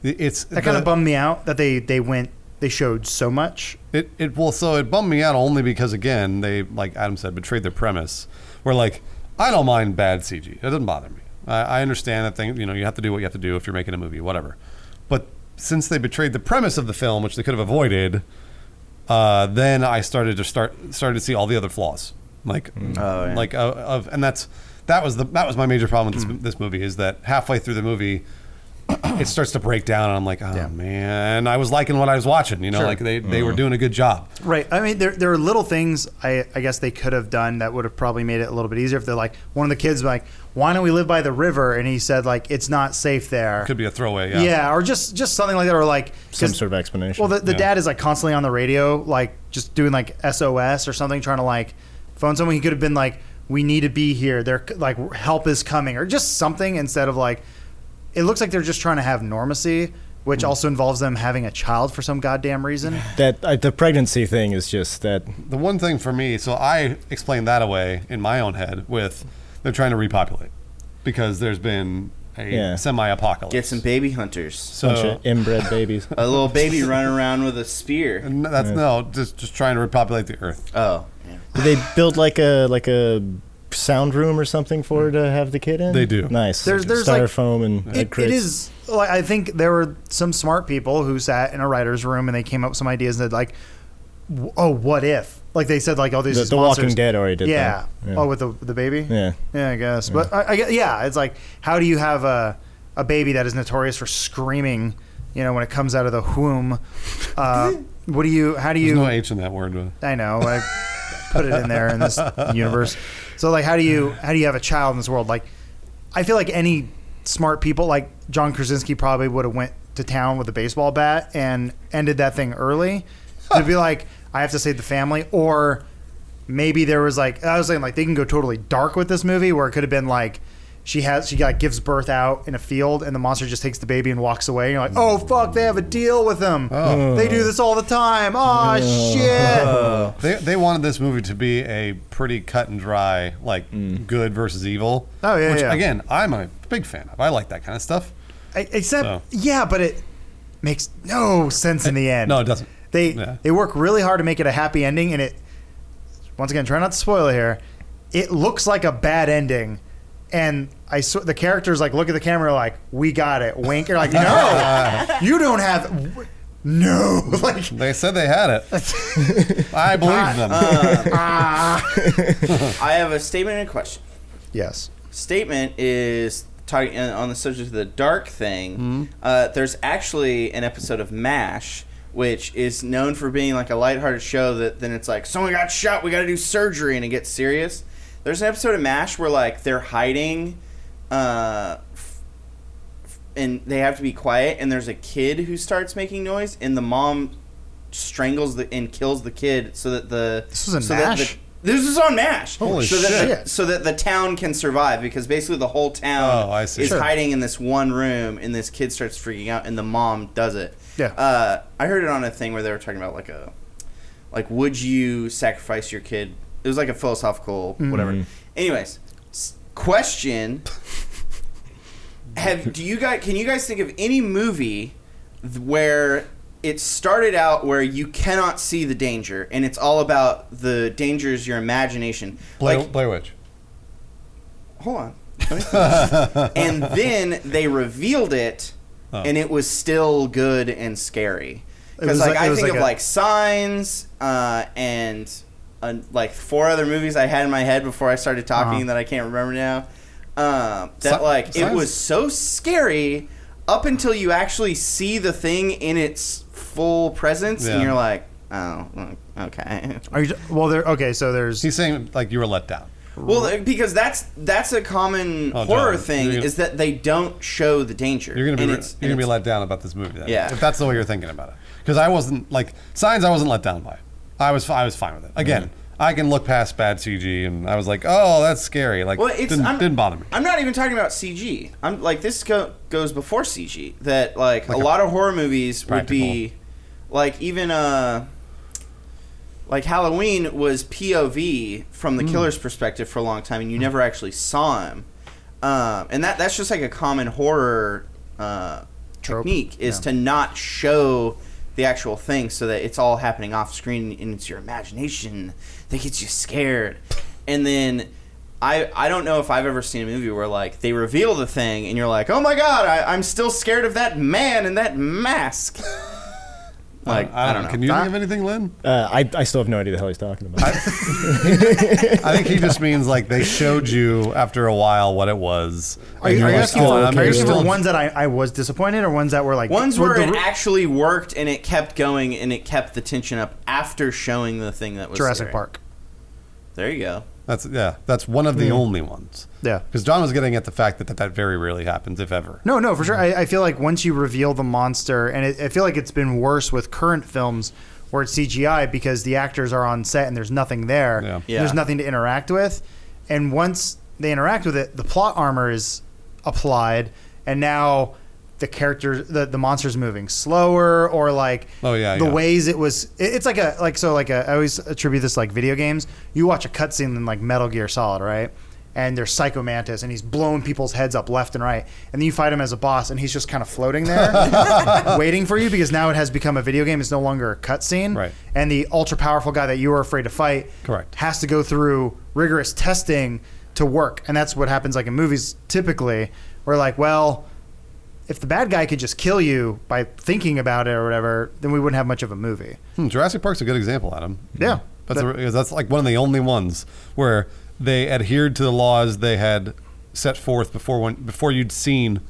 S3: it- it's
S1: that kind
S3: the-
S1: of bummed me out that they they went they showed so much.
S3: It, it well, so it bummed me out only because again, they like Adam said, betrayed their premise. Where like, I don't mind bad CG; it doesn't bother me. I, I understand that thing. You know, you have to do what you have to do if you're making a movie, whatever. But since they betrayed the premise of the film, which they could have avoided, uh, then I started to start started to see all the other flaws, like
S2: Oh, yeah.
S3: like uh, of and that's that was the that was my major problem
S2: Hmm.
S3: with this, this movie is that halfway through the movie. It starts to break down, and I'm like, oh man, I was liking what I was watching. You know, like they,
S2: Mm-hmm.
S3: they were doing a good job.
S1: Right. I mean, there, there are little things I, I guess they could have done that would have probably made it a little bit easier if they're like, one of the kids, like, why don't we live by the river? And he said, like, it's not safe there.
S3: Could be a throwaway.
S1: yeah.
S3: Yeah.
S1: Or just, just something like that. Or like, 'cause-
S4: Some sort of explanation.
S1: well, the, the
S3: Yeah.
S1: dad is like constantly on the radio, like, just doing like SOS or something, trying to like phone someone. He could have been like, we need to be here. They're like, help is coming or just something instead of like, it looks like they're just trying to have normacy, which
S4: Hmm.
S1: also involves them having a child for some goddamn reason.
S4: that uh, the pregnancy thing is just that.
S3: The one thing for me, so I explained that away in my own head with they're trying to repopulate because there's been a
S4: Yeah.
S3: semi-apocalypse.
S2: Get some baby hunters.
S3: so
S4: bunch of inbred babies.
S2: A little baby running around with a spear.
S3: n- that's no, just just trying to repopulate the earth.
S2: Oh, yeah.
S4: Did they build like a like a sound room or something for her to have the kid in?
S3: They do.
S4: Nice.
S1: There's- there's, like-
S4: styrofoam and
S1: It, it
S4: crates.
S1: is. Like, I think there were some smart people who sat in a writer's room and they came up with some ideas that like, w- oh, what if? Like they said, like, oh, these
S4: The-
S1: these
S4: The
S1: monsters-
S4: Walking Dead already did
S1: Yeah.
S4: that.
S1: Oh, with the the baby.
S4: yeah.
S1: Yeah, I guess. But I, I, gue- yeah, it's like, how do you have a a baby that is notorious for screaming? You know, when it comes out of the womb. Uh,
S4: (laughs)
S1: what do you? How do
S3: There's
S1: you?
S3: no H in that word. but-
S1: I know. I put it in there in this universe. So like, how do you how do you have a child in this world? Like, I feel like any smart people, like John Krasinski, probably would have went to town with a baseball bat and ended that thing early. It'd be like, I have to save the family, or maybe there was like I was saying, like they can go totally dark with this movie, where it could have been like. She has she like gives birth out in a field and the monster just takes the baby and walks away. you're like, oh fuck, they have a deal with them. They do this all the time. Oh shit.
S3: They they wanted this movie to be a pretty cut and dry, like good versus evil.
S1: Oh, yeah,
S3: which
S1: yeah.
S3: again, I'm a big fan of. I like that kind of stuff.
S1: I- Except,
S3: So.
S1: yeah, but it makes no sense in the end.
S3: No, it doesn't.
S1: They
S3: Yeah.
S1: they work really hard to make it a happy ending, and it. Once again, try not to spoil it here. It looks like a bad ending, and I sw- the characters like look at the camera like we got it. Wink. You're like,
S3: (laughs)
S1: no, you don't have. No, (laughs) like
S3: They said they had
S1: (laughs)
S3: it. I believe them.
S2: Uh,
S1: ah."
S2: I have a statement and a question.
S1: yes.
S2: statement is talking uh, on the subject of the dark thing.
S1: Hmm.
S2: Uh, there's actually an episode of MASH which is known for being like a lighthearted show that then it's like someone got shot, we got to do surgery, and it gets serious. There's an episode of MASH where like they're hiding. Uh, f- f- and they have to be quiet and there's a kid who starts making noise and the mom strangles the and kills the kid so that the
S1: This was in
S2: so that the-
S1: MASH?
S2: this is on MASH
S3: Holy
S2: so that the-
S1: shit.
S2: so that the town can survive because basically the whole town
S3: Oh, I see.
S2: is
S3: Sure.
S2: hiding in this one room and this kid starts freaking out and the mom does it.
S1: Yeah.
S2: Uh, I heard it on a thing where they were talking about like a like would you sacrifice your kid? It was like a philosophical
S3: Mm-hmm.
S2: whatever. Anyways, s-
S3: (laughs)
S2: question have do you guys can you guys think of any movie th- where it started out where you cannot see the danger and it's all about the dangers your imagination
S3: Blair,
S2: like
S3: Blair Witch.
S2: hold on
S1: (laughs)
S2: and then they revealed it and it was still good and scary
S1: Oh. It was
S2: because like,
S1: like- it
S2: i
S1: was
S2: think
S1: like
S2: of
S1: a-
S2: like signs uh, and uh, like four other movies i had in my head before i started talking
S1: Uh-huh.
S2: that i can't remember now um, that
S3: Si-
S2: like it
S3: Signs-
S2: was so scary up until you actually see the thing in its full presence and
S3: Yeah.
S2: you're like oh okay
S1: Are you well? There. Okay. So there's
S3: He's saying like you were let down.
S2: Well, because that's that's a common
S3: Oh,
S2: horror
S3: John,
S2: thing
S3: you're gonna-
S2: is that they don't show the danger.
S3: You're gonna be
S2: And
S3: re-
S2: it's-
S3: you're
S2: and
S3: gonna be
S2: it's-
S3: let down about this movie. Then,
S2: Yeah.
S3: If that's the way you're thinking about it, because I wasn't like signs. I wasn't let down by. I was I was fine with it. Again,
S2: Mm-hmm.
S3: I can look past bad CG, and I was like, oh, that's scary. Like
S2: Well, it's
S3: didn't,
S2: I'm,
S3: didn't bother me.
S2: I'm not even talking about CG. I'm like this go, goes before CG. That like,
S3: Like
S2: a,
S3: a
S2: lot of horror movies would be, like even uh, like Halloween was POV from the killer's perspective for a long time, and you never actually saw him. Um, and that that's just like a common horror uh,
S1: Trope.
S2: technique is
S1: Yeah.
S2: to not show the actual thing so that it's all happening off screen and it's your imagination that gets you scared. And then I I don't know if I've ever seen a movie where like they reveal the thing and you're like, oh my god, I, I'm still scared of that man and that mask. like I don't, know.
S3: Um, Can you think of anything,
S2: (laughs)
S3: Lynn?
S4: Uh, I, I still have no idea the hell he's talking about.
S3: I think he just means like they showed you after a while what it was.
S1: Are
S3: and
S1: you, are
S3: were
S1: you
S3: like,
S1: asking,
S3: "Oh,
S1: for,
S3: I'm
S1: are you
S3: just
S1: asking for
S3: still-
S1: ones that I, I was disappointed or ones that were like
S2: Ones
S1: were
S2: where
S1: the
S2: it
S1: re-
S2: actually worked and it kept going and it kept the tension up after showing the thing that was
S1: Jurassic
S2: scary.
S1: Park?
S2: There you go.
S3: That's yeah. That's one of the
S2: Mm-hmm.
S3: only ones.
S1: Yeah.
S3: Because John was getting at the fact that, that that very rarely happens, if ever.
S1: No, no, for sure. I, I feel like once you reveal the monster, and it, I feel like it's been worse with current films where it's CGI because the actors are on set and there's nothing there.
S3: Yeah.
S2: Yeah.
S1: There's nothing to interact with. And once they interact with it, the plot armor is applied, and now the characters, the, the monster's moving slower, or like
S3: Oh, yeah,
S1: the
S3: yeah.
S1: ways it was. It, it's like a like so like a, I always attribute this to, like video games. You watch a cutscene in like Metal Gear Solid, right? And there's Psycho Mantis, and he's blowing people's heads up left and right. And then you fight him as a boss, and he's just kind of floating there, waiting for you because now it has become a video game. It's no longer a cutscene.
S3: Right.
S1: And the ultra powerful guy that you were afraid to fight
S3: Correct.
S1: has to go through rigorous testing to work. And that's what happens like in movies typically. We're like, well, if the bad guy could just kill you by thinking about it or whatever, then we wouldn't have much of a movie.
S3: Hmm, Jurassic Park's a good example, Adam.
S1: Yeah.
S3: That's, a, because that's like one of the only ones where they adhered to the laws they had set forth before when before you'd seen,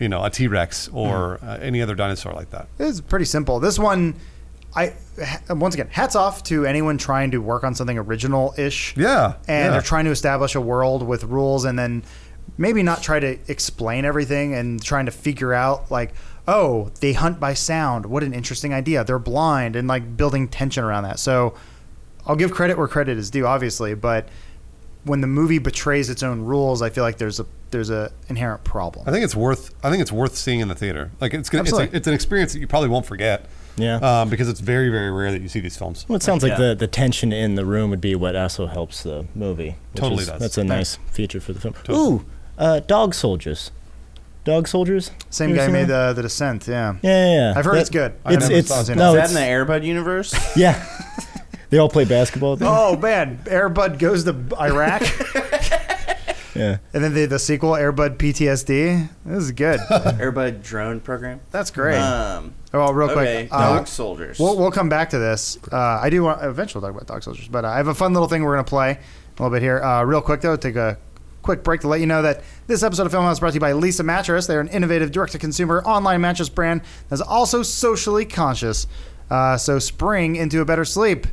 S3: you know, a T Rex or uh, any other dinosaur like that.
S1: It's pretty simple. This one, I ha- once again, hats off to anyone trying to work on something original ish.
S3: Yeah,
S1: and
S3: yeah.
S1: they're trying to establish a world with rules, and then maybe not try to explain everything and trying to figure out like, oh, they hunt by sound. What an interesting idea. They're blind and like building tension around that. So I'll give credit where credit is due, obviously, but when the movie betrays its own rules, I feel like there's a there's a inherent problem.
S3: I think it's worth. I think it's worth seeing in the theater. Like it's gonna, it's, a,
S1: Absolutely.
S3: it's an experience that you probably won't forget.
S4: Yeah.
S3: Um, because it's very very rare that you see these films.
S4: Well, it sounds like
S2: Yeah.
S4: the, the tension in the room would be what also helps the movie. which
S3: Totally
S4: is-
S3: does.
S4: That's a nice feature for the film. Ooh, uh, Dog Soldiers. Dog Soldiers?
S1: Same
S4: You ever
S1: guy
S4: seen
S1: made
S4: that?
S1: the the descent, yeah.
S4: Yeah, yeah, yeah.
S1: I've heard
S4: That-
S1: it's good. I
S4: It's,
S1: never
S4: it's,
S1: saw it.
S4: no,
S2: Is that in
S4: it's,
S2: the Airbud universe?
S4: (laughs) yeah.
S1: (laughs)
S4: they all play basketball. Then?
S1: Oh man, Airbud goes to
S4: (laughs)
S1: Iraq,
S4: Yeah.
S1: and then the, the sequel, Airbud PTSD. This is good.
S2: Airbud drone program.
S1: That's great. Oh,
S2: Um,
S1: well, real
S2: okay,
S1: quick, uh,
S2: dog soldiers.
S1: we'll, we'll come back to this. Uh, I do want eventually we'll talk about Dog Soldiers, but uh, I have a fun little thing we're gonna play a little bit here. Uh, real quick though, take a quick break to let you know that this episode of Film House is brought to you by Lisa Mattress. They're an innovative direct-to-consumer online mattress brand that's also socially conscious. Uh, so spring into a better sleep.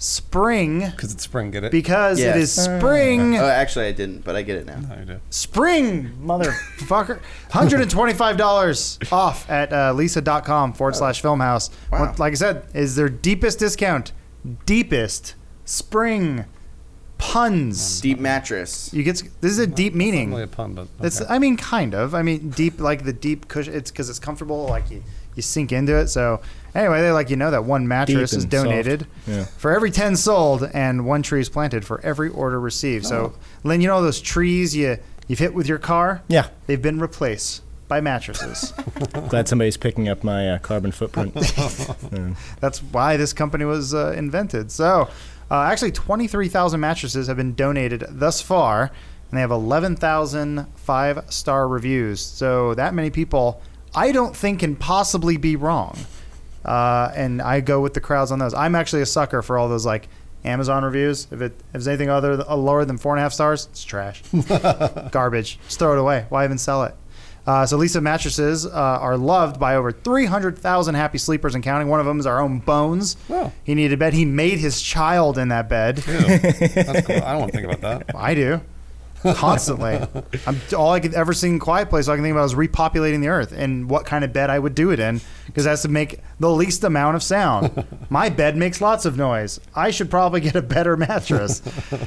S1: Spring
S3: Because it's spring. Get it?
S1: because
S2: Yes.
S1: it is spring.
S2: oh, actually, I didn't, but I get it now.
S3: I do.
S1: Spring, motherfucker. $125 off at uh, lisa.com forward slash filmhouse.
S2: Oh. Wow.
S1: What- Like I said, is their deepest discount. Deepest spring puns.
S2: Deep mattress.
S1: You get this is a deep meaning.
S3: Only a pun, but
S1: (laughs) It's
S3: okay.
S1: I mean kind of. I mean deep like the deep cushion it's cuz it's comfortable like you you sink into it. So anyway, they like you know that one mattress
S4: Deep
S1: is
S4: and soft.
S1: donated
S4: Yeah.
S1: for every 10 sold and one tree is planted for every order received. So
S4: Oh.
S1: Lynn, you know those trees you you've hit with your car?
S4: Yeah.
S1: They've been replaced by
S4: (laughs)
S1: mattresses.
S4: Glad somebody's picking up my uh,
S1: (laughs)
S4: carbon footprint. Yeah.
S1: That's why this company was uh, invented. So, uh, actually, 23,000 mattresses have been donated thus far, and they have 11,000 five star reviews. So, that many people, I don't think, can possibly be wrong. Uh, and I go with the crowds on those. I'm actually a sucker for all those, like, Amazon reviews. If it if it's anything other uh, th- lower than four and a half stars, it's trash, garbage. Just throw it away. Why even sell it? Uh, so Lisa mattresses uh, are loved by over 300,000 happy sleepers and counting. One of them is our own Bones.
S3: Wow.
S1: He needed a bed. He made his child in that bed.
S3: Ew, that's cool. I don't want to think about that.
S1: I do. Constantly. I'm, all I could ever see in Quiet Place, all I can think about is repopulating the earth and what kind of bed I would do it in because that's to make the least amount of sound. My bed makes lots of noise. I should probably get a better mattress.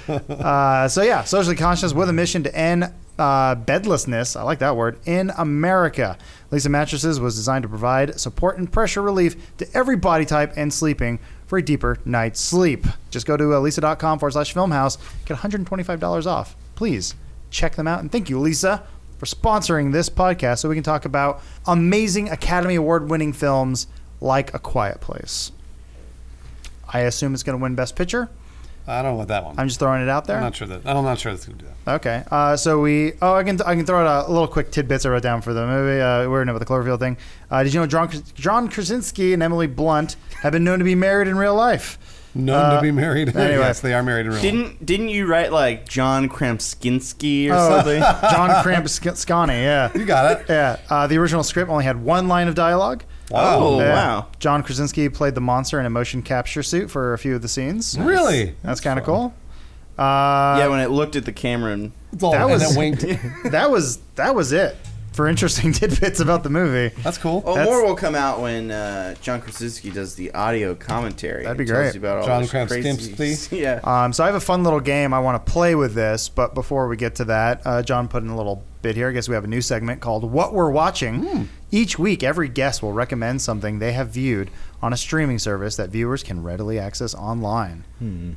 S1: Uh, so, yeah, socially conscious with a mission to end uh, bedlessness, I like that word, in America. Lisa Mattresses was designed to provide support and pressure relief to every body type and sleeping for a deeper night's sleep. Just go to uh, lisa.com forward slash filmhouse, get $125 off. Please check them out. And thank you, Lisa, for sponsoring this podcast so we can talk about amazing Academy Award winning films like A Quiet Place. I assume it's going to win Best Picture.
S3: I don't want that one.
S1: I'm
S3: I'm,
S1: just throwing it out there.
S3: not sure that. I'm not sure that's going to do that.
S1: Okay. Uh, so we. Oh, I can I can throw out a little quick tidbits I wrote down for the movie. Uh, we're in it with the Cloverfield thing. Uh, did you know John, John Krasinski and Emily Blunt have been known to be married in real life?
S3: Known
S1: Uh,
S3: to be married. (laughs)
S1: anyway.
S3: yes, they are married in real life.
S2: Didn't didn't you write like John Kramskinski or
S1: Oh, (laughs)
S2: something?
S1: John
S3: (laughs)
S1: Krasinski. Yeah.
S3: You got it.
S1: Yeah. Uh, the original script only had one line of dialogue.
S3: Wow.
S2: Oh,
S1: Yeah.
S2: wow.
S1: John Krasinski played the monster in a motion capture suit for a few of the scenes.
S3: Really?
S1: That's kind of cool. Uh,
S2: yeah, when it looked at the camera and
S3: It's all,
S1: That
S3: that
S1: was-
S3: was (laughs) that winked.
S1: that was that was it for interesting (laughs) tidbits about the movie.
S3: That's cool.
S2: Oh,
S1: That's-
S2: more will come out when uh, John Krasinski does the audio commentary.
S1: That'd be
S2: It tells
S1: great.
S2: you about all
S3: John
S2: this
S3: Krasinski.
S2: crazy- (laughs) Yeah.
S1: Um, so I have a fun little game I want to play with this, but before we get to that, uh, John put in a little bit here. I guess we have a new segment called "What We're Watching."
S3: Hmm.
S1: Each week, every guest will recommend something they have viewed on a streaming service that viewers can readily access online.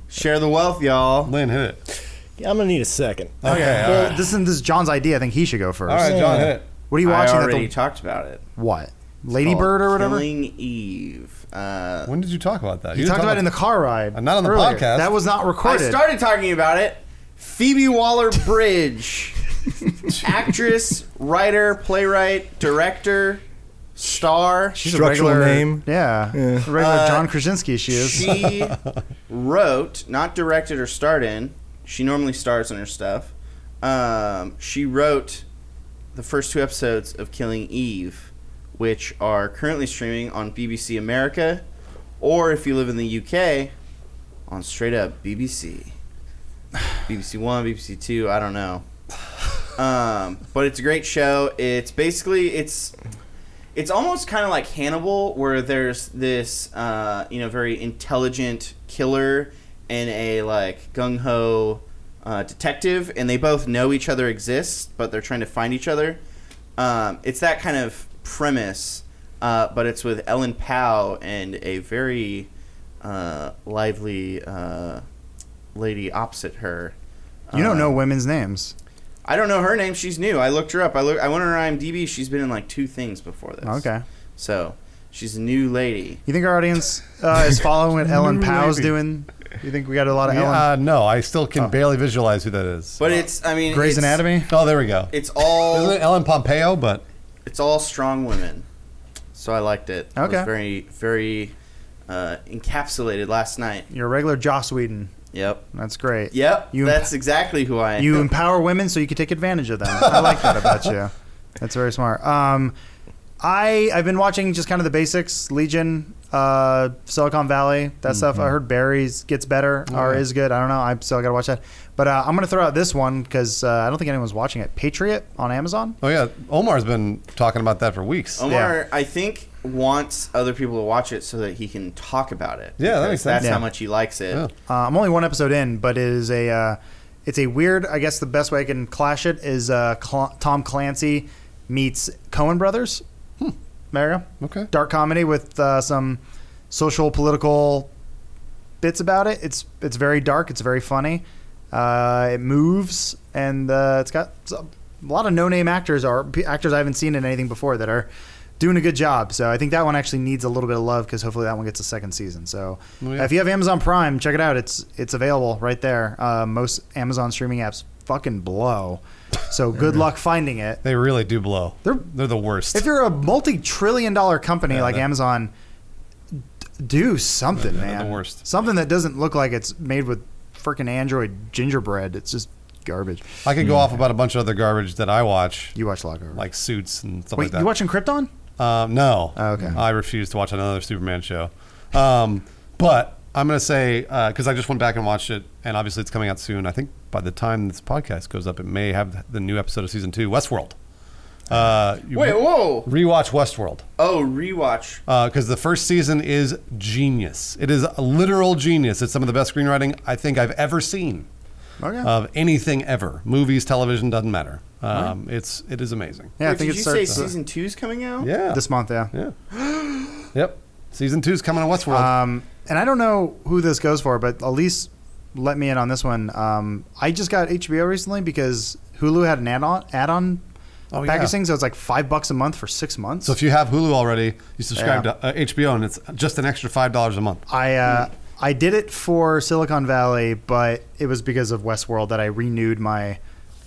S2: Share the wealth, y'all.
S3: Lynn, hit it.
S4: I'm gonna need a second.
S3: Okay. all
S1: well,
S3: right.
S1: Uh, this, is, this is John's idea. I think he should go first.
S3: Uh, All right, John, hit it.
S1: What are you watching?
S2: I
S1: that the-
S2: already talked about it.
S1: what? Ladybird or whatever?
S2: Killing Eve. Uh,
S3: When did you talk about that?
S1: You talked about it in the car ride.
S3: Uh, not on the
S1: earlier.
S3: podcast.
S1: That was not
S2: I
S1: recorded.
S2: started talking about it. Phoebe Waller
S1: (laughs)
S2: Bridge, actress, writer, playwright, director, star.
S1: She's a
S4: Structural
S1: regular
S4: name.
S1: Yeah.
S4: Yeah.
S1: Regular
S2: Uh,
S1: John Krasinski, she is.
S2: She
S1: (laughs)
S3: (laughs)
S2: wrote, not directed or starred in. She normally stars in her stuff. Um, she wrote the first two episodes of Killing Eve, which are currently streaming on BBC America, or if you live in the UK, on straight up (sighs) BBC. BBC One, BBC Two, I don't know. Um, but it's a great show. It's basically it's it's almost kind of like Hannibal, where there's this uh, you know very intelligent killer and a like gung ho uh, detective, and they both know each other exists, but they're trying to find each other. Um, it's that kind of premise, uh, but it's with Ellen Pau and a very uh, lively uh, lady opposite her.
S1: You don't
S2: Uh,
S1: know women's names.
S2: I don't know her name. She's new. I looked her up. I look. I went on her IMDb. She's been in like two things before this.
S1: Okay.
S2: So she's a new lady.
S1: You think our audience uh, is following what Ellen
S3: Maybe.
S1: Powell's doing? You think we got a lot of Ellen?
S3: Uh, no, I still
S1: Oh.
S3: can barely visualize who that is.
S2: But it's. I mean,
S1: Grey's
S2: it's,
S1: Anatomy?
S3: oh, there we go.
S2: It's
S3: Isn't it
S2: all.
S3: Ellen Pompeo? But
S2: It's all strong women. So I liked it. It was
S1: Okay.
S2: very very uh, encapsulated last night.
S1: You're a regular Joss Whedon.
S2: Yep.
S1: That's great.
S2: Yep.
S1: You-
S2: that's exactly who I am.
S1: You empower women so you can take advantage of them. I like that about you. That's very smart. Um, I I've been watching just kind of the basics, Legion, uh, Silicon Valley, that stuff. I heard Barry's gets better or
S3: yeah.
S1: is good. I don't know. I still got to watch that. But uh, I'm gonna throw out this one because uh, I don't think anyone's watching it. Patriot on Amazon.
S3: oh yeah, Omar's been talking about that for weeks.
S2: Omar, I think, wants other people to watch it so that he can talk about it.
S3: Yeah, that
S2: Because
S3: makes sense. Oh.
S2: That's
S1: Yeah.
S2: how much he likes it.
S3: Yeah.
S1: Uh, I'm only one episode in, but it is a uh, it's a weird. I guess the best way I can clash it is uh, Cl- Tom Clancy meets Cohen Brothers. Mario,
S3: Okay.
S1: dark comedy with uh, some social political bits about it. It's it's very dark. It's very funny. Uh, it moves, and uh, it's got s- a lot of no name actors or p- actors I haven't seen in anything before that are doing a good job. So I think that one actually needs a little bit of love because hopefully that one gets a second season. So
S3: Oh, yeah.
S1: if you have Amazon Prime, check it out. It's it's available right there. Uh, most Amazon streaming apps fucking blow.
S3: (laughs)
S1: So good luck finding it.
S3: They really do blow.
S1: They're-
S3: They're they're the worst.
S1: If you're a multi-trillion-dollar company
S3: Yeah,
S1: like
S3: that-
S1: Amazon, d- do something,
S3: Yeah, they're
S1: man.
S3: the worst.
S1: Something that doesn't look like it's made with freaking Android gingerbread. It's just garbage.
S3: I could go off about a bunch of other garbage that I watch,
S1: You watch a lot of garbage.
S3: like Suits and stuff
S1: Wait,
S3: like that.
S1: you watching Krypton?
S3: Um, no.
S1: Oh, okay.
S3: I refuse to watch another Superman show. Um, but I'm going to say, because I just went back and watched it, and obviously it's coming out soon. I think by the time this podcast goes up, it may have the new episode of season two, Westworld. Uh, you
S2: Wait, whoa!
S3: Rewatch Westworld.
S2: Oh, rewatch.
S3: Because the first season is genius. It is a literal genius. It's some of the best screenwriting I think I've ever seen
S1: Okay.
S3: of anything ever. Movies, television, doesn't matter. Um, It's it is amazing.
S1: yeah, I
S2: Wait,
S1: think
S2: did
S1: it
S2: you say
S1: starts uh,
S2: season two's coming out?
S3: Yeah.
S1: this month. Yeah.
S3: Yeah. yep. Season two's coming on Westworld.
S1: Um, and I don't know who this goes for, but Elise let me in on this one. Um, I just got HBO recently because Hulu had an add-on add-on
S3: Oh,
S1: package
S3: yeah.
S1: thing, so it's like five bucks a month for six months.
S3: So if you have Hulu already, you subscribe
S1: Yeah.
S3: to uh, HBO, and it's just an extra five dollars a month.
S1: I uh, I did it for Silicon Valley, but it was because of Westworld that I renewed my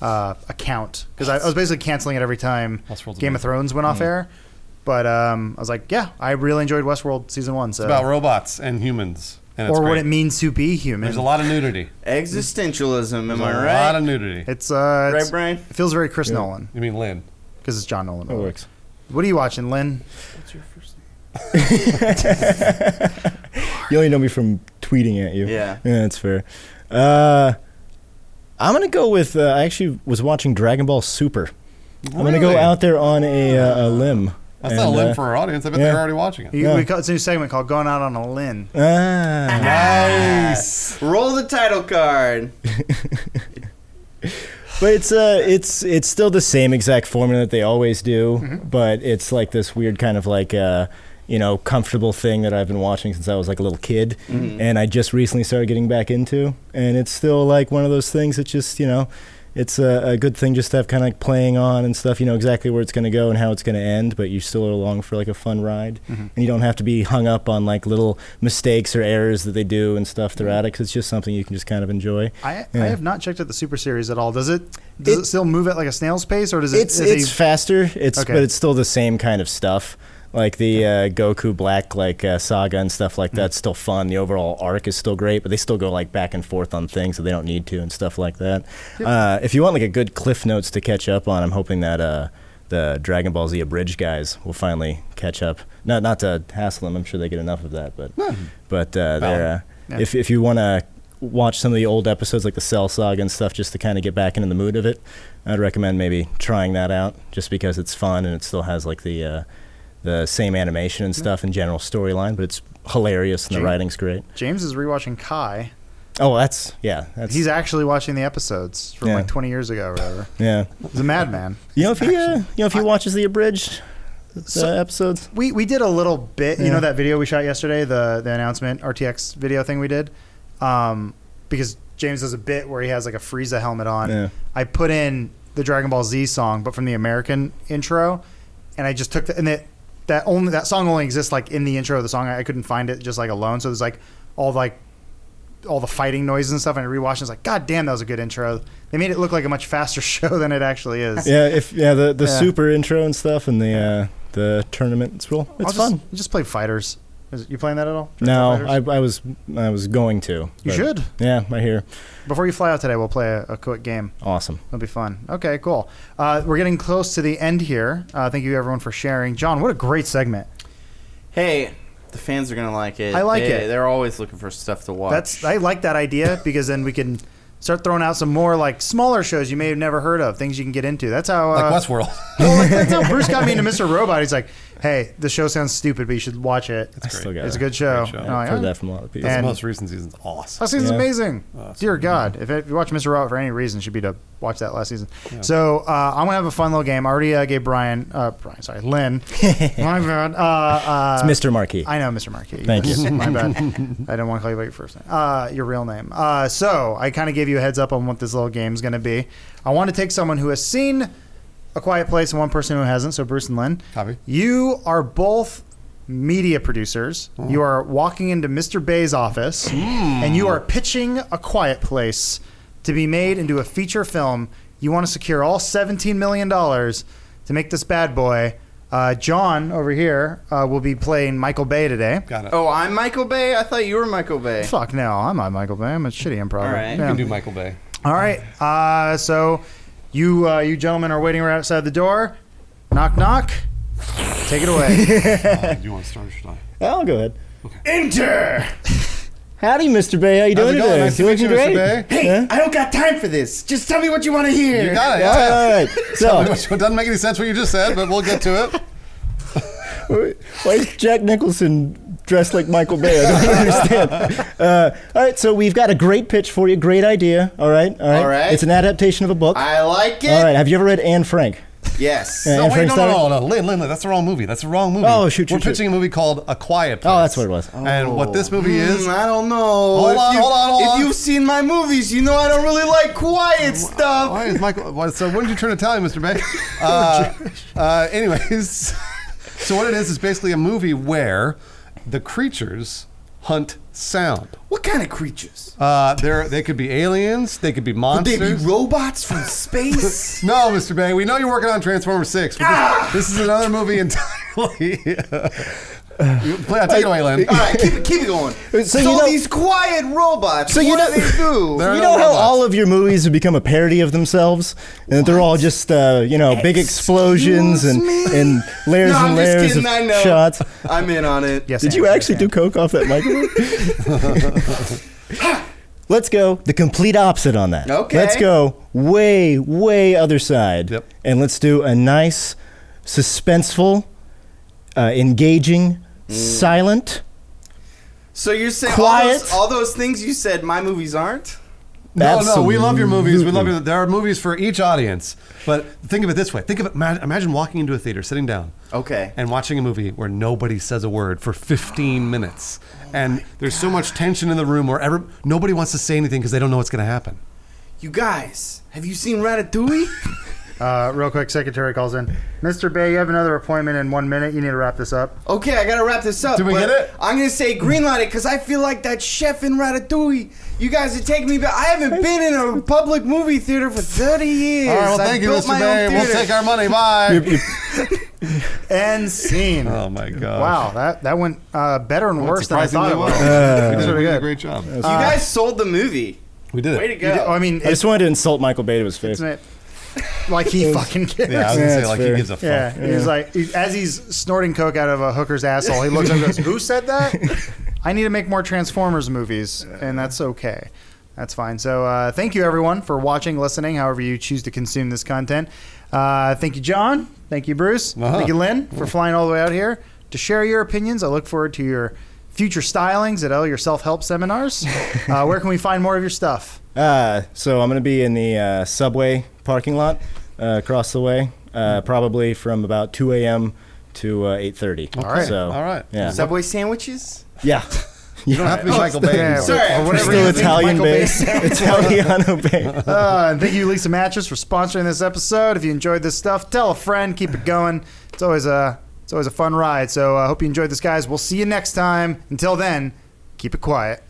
S1: uh, account because I, I was basically canceling it every time
S3: Westworld's Mm.
S1: Game
S3: amazing.
S1: of Thrones went off air. But um, I was like, yeah, I really enjoyed Westworld season one. So
S3: About robots and humans, and it's
S1: or what
S3: great.
S1: it means to be human.
S3: There's a lot of nudity.
S2: Existentialism, am
S3: There's
S2: I
S3: a
S2: right?
S3: lot of nudity.
S1: It's uh,
S2: right,
S1: it's-
S2: Brian?
S1: it feels very Chris Nolan
S3: You mean Lynn?
S1: because it's John Nolan.
S4: That works. (laughs)
S1: What are you watching, Lynn?
S2: What's your first name?
S4: You only know me from tweeting at you.
S2: Yeah.
S4: Yeah, that's fair. Uh, I'm gonna go with. Uh, I actually was watching Dragon Ball Super. I'm gonna go
S3: Really?
S4: out there on a, uh, a limb.
S3: That's
S4: And,
S3: not a Lynn
S4: uh,
S3: for our audience. I bet
S4: yeah.
S3: they're already watching it.
S1: You,
S4: Yeah.
S1: we call, it's a new segment called "Going Out on a Lynn."
S4: Ah.
S2: Nice. Roll the title card.
S4: But it's uh, it's it's still the same exact formula that they always do, but it's like this weird kind of like uh, you know, comfortable thing that I've been watching since I was like a little kid, and I just recently started getting back into, and it's still like one of those things that just you know, it's a, a good thing just to have kind of like playing on and stuff. You know exactly where it's going to go and how it's going to end, but you still are along for like a fun ride, and you don't have to be hung up on like little mistakes or errors that they do and stuff throughout it, 'cause it's just something you can just kind of enjoy.
S1: I,
S4: Yeah.
S1: I have not checked out the Super Series at all. Does it does it,
S4: It-
S1: still move at like a snail's pace, or does it?
S4: it's
S1: is
S4: it's
S1: a-
S4: faster. It's
S1: Okay.
S4: but it's still the same kind of stuff. Like the uh, Goku Black like uh, saga and stuff
S1: Hmm.
S4: like that's still fun. The overall arc is still great, but they still go like back and forth on things that they don't need to and stuff like that. Uh, if you want like a good cliff notes to catch up on, I'm hoping that uh, the Dragon Ball Z abridged guys will finally catch up. Not not to hassle them. I'm sure they get enough of that, but
S1: Hmm.
S4: but uh, they're. Uh,
S1: Yeah.
S4: if if you want to watch some of the old episodes like the Cell Saga and stuff just to kind of get back into the mood of it, I'd recommend maybe trying that out just because it's fun and it still has like the uh, the same animation and stuff and general storyline, but it's hilarious and
S1: Gee.
S4: the writing's great.
S1: James is rewatching Kai.
S4: Oh, that's yeah, that's
S1: He's actually watching the episodes from
S4: Yeah.
S1: like 20 years ago or whatever.
S4: yeah.
S1: He's a madman.
S4: You know if he uh, you know if he watches the abridged uh,
S1: So-
S4: episodes.
S1: We we did a little bit. You
S4: Yeah.
S1: know that video we shot yesterday, the the announcement RTX video thing we did, um, because James does a bit where he has like a Frieza helmet on.
S4: Yeah.
S1: I put in the Dragon Ball Z song, but from the American intro, and I just took the and that that only that song only exists like in the intro of the song. I, I couldn't find it just like alone. So there's like all like all the fighting noises and stuff. And I rewatched. And it's like, God damn, that was a good intro. They made it look like a much faster (laughs) show than it actually is.
S4: Yeah, if yeah the the
S1: Yeah.
S4: super intro and stuff and the uh, the tournament. It's real.
S1: I'll
S4: It's
S1: just,
S4: fun.
S1: Just play fighters. Is it- you playing that at all?
S4: No,
S1: Fighters?
S4: I, I was I was going to.
S1: You
S4: but-
S1: should.
S4: Yeah, I hear.
S1: Before you fly out today, we'll play a, a quick game.
S4: Awesome.
S1: It'll be fun. Okay, cool. Uh, we're getting close to the end here. Uh, thank you, everyone, for sharing. John, what a great segment.
S2: Hey, the fans are gonna like it.
S1: I like
S2: They-
S1: it.
S2: They're always looking for stuff to watch.
S1: That's I like that idea because then we can start throwing out some more like smaller shows you may have never heard of, things you can get into. That's how. Uh,
S3: Like Westworld.
S1: (laughs)
S3: (laughs)
S1: well, like, that's how Bruce got me into Mr. Robot. He's like, "Hey, the show sounds stupid, but you should watch it.
S4: I still got
S1: It's a
S4: it.
S1: good show."
S3: show.
S1: And I'm
S4: Yeah, I've
S1: like,
S4: heard
S1: "Oh,
S4: that from a lot of people.
S1: And-
S3: the most recent season's awesome.
S1: Last season's
S4: Yeah.
S1: amazing.
S3: Awesome.
S1: Dear God, if, if you watch Mr. Robot for any reason, it should be to watch that last season. So uh, I'm gonna have a fun little game. I already uh, gave Brian, uh, Brian, sorry,
S4: (laughs)
S1: Lynn. my bad. Uh, uh,
S4: it's Mr. Marquis.
S1: I know, Mr. Marquis.
S4: Thank you.
S1: Yes, (laughs) my
S4: (laughs)
S1: bad. I didn't want to call you by your first name. Uh, your real name. Uh, so I kind of gave you a heads up on what this little game's gonna be. I want to take someone who has seen A Quiet Place and one person who hasn't. So Bruce and Lynn.
S3: Copy.
S1: You are both media producers. You are walking into Mr. Bay's office and you are pitching A Quiet Place to be made into a feature film. You want to secure all $17 million to make this bad boy. Uh, John over here uh, will be playing Michael Bay today.
S3: Got it.
S2: oh, I'm Michael Bay. I thought you were Michael Bay.
S1: Fuck no, I'm not Michael Bay. I'm a shitty improviser.
S2: All right. You
S3: You can do Michael Bay.
S1: All right. Uh, so you uh, you gentlemen are waiting right outside the door. Knock knock. Take it away.
S3: Do Uh, you want to start or should I?
S4: Oh, I'll go ahead.
S2: Enter.
S4: Howdy, Mr. Bay. How you
S3: How's
S4: doing
S3: it
S4: today?
S3: going? Nice to
S4: You
S3: meet you,
S4: looking
S3: Mr.
S4: great.
S3: Bay.
S2: Hey, I don't got time for this. Just tell me what you want to hear.
S3: You got it.
S4: All right, all right.
S3: (laughs)
S4: So,
S3: It doesn't make any sense what you just said, but we'll get to it.
S4: Why is Jack Nicholson dressed like Michael Bay? I don't (laughs) understand. Uh, all right, so we've got a great pitch for you. Great idea. All right, all right.
S2: All right.
S4: It's an adaptation of a book.
S2: I like it.
S4: all right. Have you ever read Anne Frank?
S2: Yes.
S4: Yeah.
S3: No,
S4: And
S3: wait,
S4: Frank
S3: no, no, no, no, Lynn, Lynn, Lynn, that's the wrong movie. That's the wrong movie.
S4: Oh, shoot, shoot,
S3: We're
S4: shoot. Oh,
S3: pitching a movie called A Quiet Place.
S4: that's what it was. Oh. Mm-hmm.
S3: And what this movie is,
S2: Mm, I don't know.
S3: Hold
S2: If
S3: on,
S2: you-
S3: hold on, hold
S2: If
S3: on.
S2: you've seen my movies, you know I don't really like quiet stuff.
S3: (laughs) Why is Michael? Why, so when did you turn Italian, Mr.
S4: (laughs)
S3: Bay? Uh,
S4: Oh,
S3: uh, anyways, (laughs) so what it is is basically a movie where the creatures hunt sound.
S2: What kind of creatures?
S3: Uh, there, they could be aliens. They could be
S2: Would they be
S3: monsters.
S2: robots from
S3: (laughs)
S2: space?
S3: no, Mr. Bay, we know you're working on Transformers Six. but
S4: Ah!
S3: This, this is another movie (laughs) entirely. (laughs)
S4: Uh,
S3: You- Play, take it away, Lynn.
S2: All right, keep it, keep it going. So,
S4: you know-
S2: these quiet robots.
S4: So you
S2: what do
S4: know-
S2: they do?
S4: (laughs)
S3: They're-
S4: you
S3: no
S4: know how
S3: robots.
S4: all of your movies have become a parody of themselves, and that they're all just uh, you know big explosions and,
S2: Excuse me?
S3: (laughs)
S4: and layers
S2: no,
S4: and
S2: I'm just
S4: layers
S2: kidding. I
S4: of
S2: know.
S4: shots.
S2: I'm in on it.
S1: Yes.
S4: Did you
S1: Andrew,
S4: actually
S1: yes,
S4: do coke off that microphone?
S3: (laughs)
S4: (laughs) Let's go the complete opposite on that.
S2: Okay.
S4: Let's go way, way other side.
S3: Yep.
S4: And let's do a nice, suspenseful, uh, engaging,
S3: Mm.
S4: silent.
S2: So you're saying All,
S4: Quiet.
S2: those, all those things you said my movies aren't?
S3: No, no, we love your movies. We
S4: Absolutely.
S3: love your. There are movies for each audience. But think of it this way: think of it. ma- Imagine walking into a theater, sitting down,
S2: Okay.
S3: and watching a movie where nobody says a word for 15 minutes, and there's so much tension in the room where every, nobody wants to say anything because they don't know what's going to happen.
S2: You guys, have you seen Ratatouille?
S1: Uh, real quick, secretary calls in. Mr. Bay, you have another appointment in one minute. You need to wrap this up.
S2: Okay, I gotta wrap this up.
S3: Did we
S2: but
S3: get it?
S2: I'm gonna say green light it because I feel like that chef in Ratatouille. You guys are taking me back. I haven't been in a public movie theater for 30 years.
S3: All right, well,
S2: I
S3: thank you,
S2: built
S3: Mr.
S2: my
S3: Bay.
S2: own
S3: We'll
S2: theater.
S3: take our money. Bye.
S1: End scene.
S3: oh my god!
S1: Wow, that that went uh, better and worse than I thought it was. (laughs)
S3: we did,
S1: That's
S3: a-
S1: pretty
S3: we did a
S1: good.
S3: great job.
S2: You guys sold the movie.
S3: We did it.
S2: Way to
S1: You did- oh,
S2: go.
S1: I mean,
S4: I just wanted to insult Michael Bay to his face.
S1: it's it, like he fucking cares.
S3: (laughs) Yeah, I was
S4: Yeah,
S3: gonna say
S4: it's
S3: like
S4: fair.
S3: he gives a fuck.
S1: Yeah, he's like he- as he's snorting coke out of a hooker's asshole, he looks up and goes, "Who said
S3: (laughs)
S1: that?" I need to make more Transformers movies, and that's okay. That's fine. So uh, thank you everyone for watching, listening, however you choose to consume this content. Uh, thank you, John. Thank you, Bruce.
S3: Uh-huh.
S1: Thank you, Lynn, for flying all the way out here to share your opinions. I look forward to your future stylings at all your self-help
S3: (laughs)
S1: seminars. uh, where can we find more of your stuff?
S4: Uh, so I'm going to be in the uh, subway parking lot uh, across the way, uh, probably from about 2 a.m. to uh, 8:30.
S1: All right.
S4: So,
S3: All right.
S4: Yeah.
S2: Subway sandwiches?
S4: yeah. (laughs)
S3: You don't have to be Michael Bay.
S1: Yeah,
S2: Sorry.
S1: or
S4: We're
S1: whatever
S4: still
S1: you think
S4: Italian
S1: Michael Bay
S4: based.
S3: (laughs)
S4: Italiano (laughs) based.
S1: Uh, and thank you, Lisa Mattress, for sponsoring this episode. If you enjoyed this stuff, tell a friend. Keep it going. It's always a uh, it's always a fun ride. So I hope you enjoyed this, guys. We'll see you next time. Until then, keep it quiet.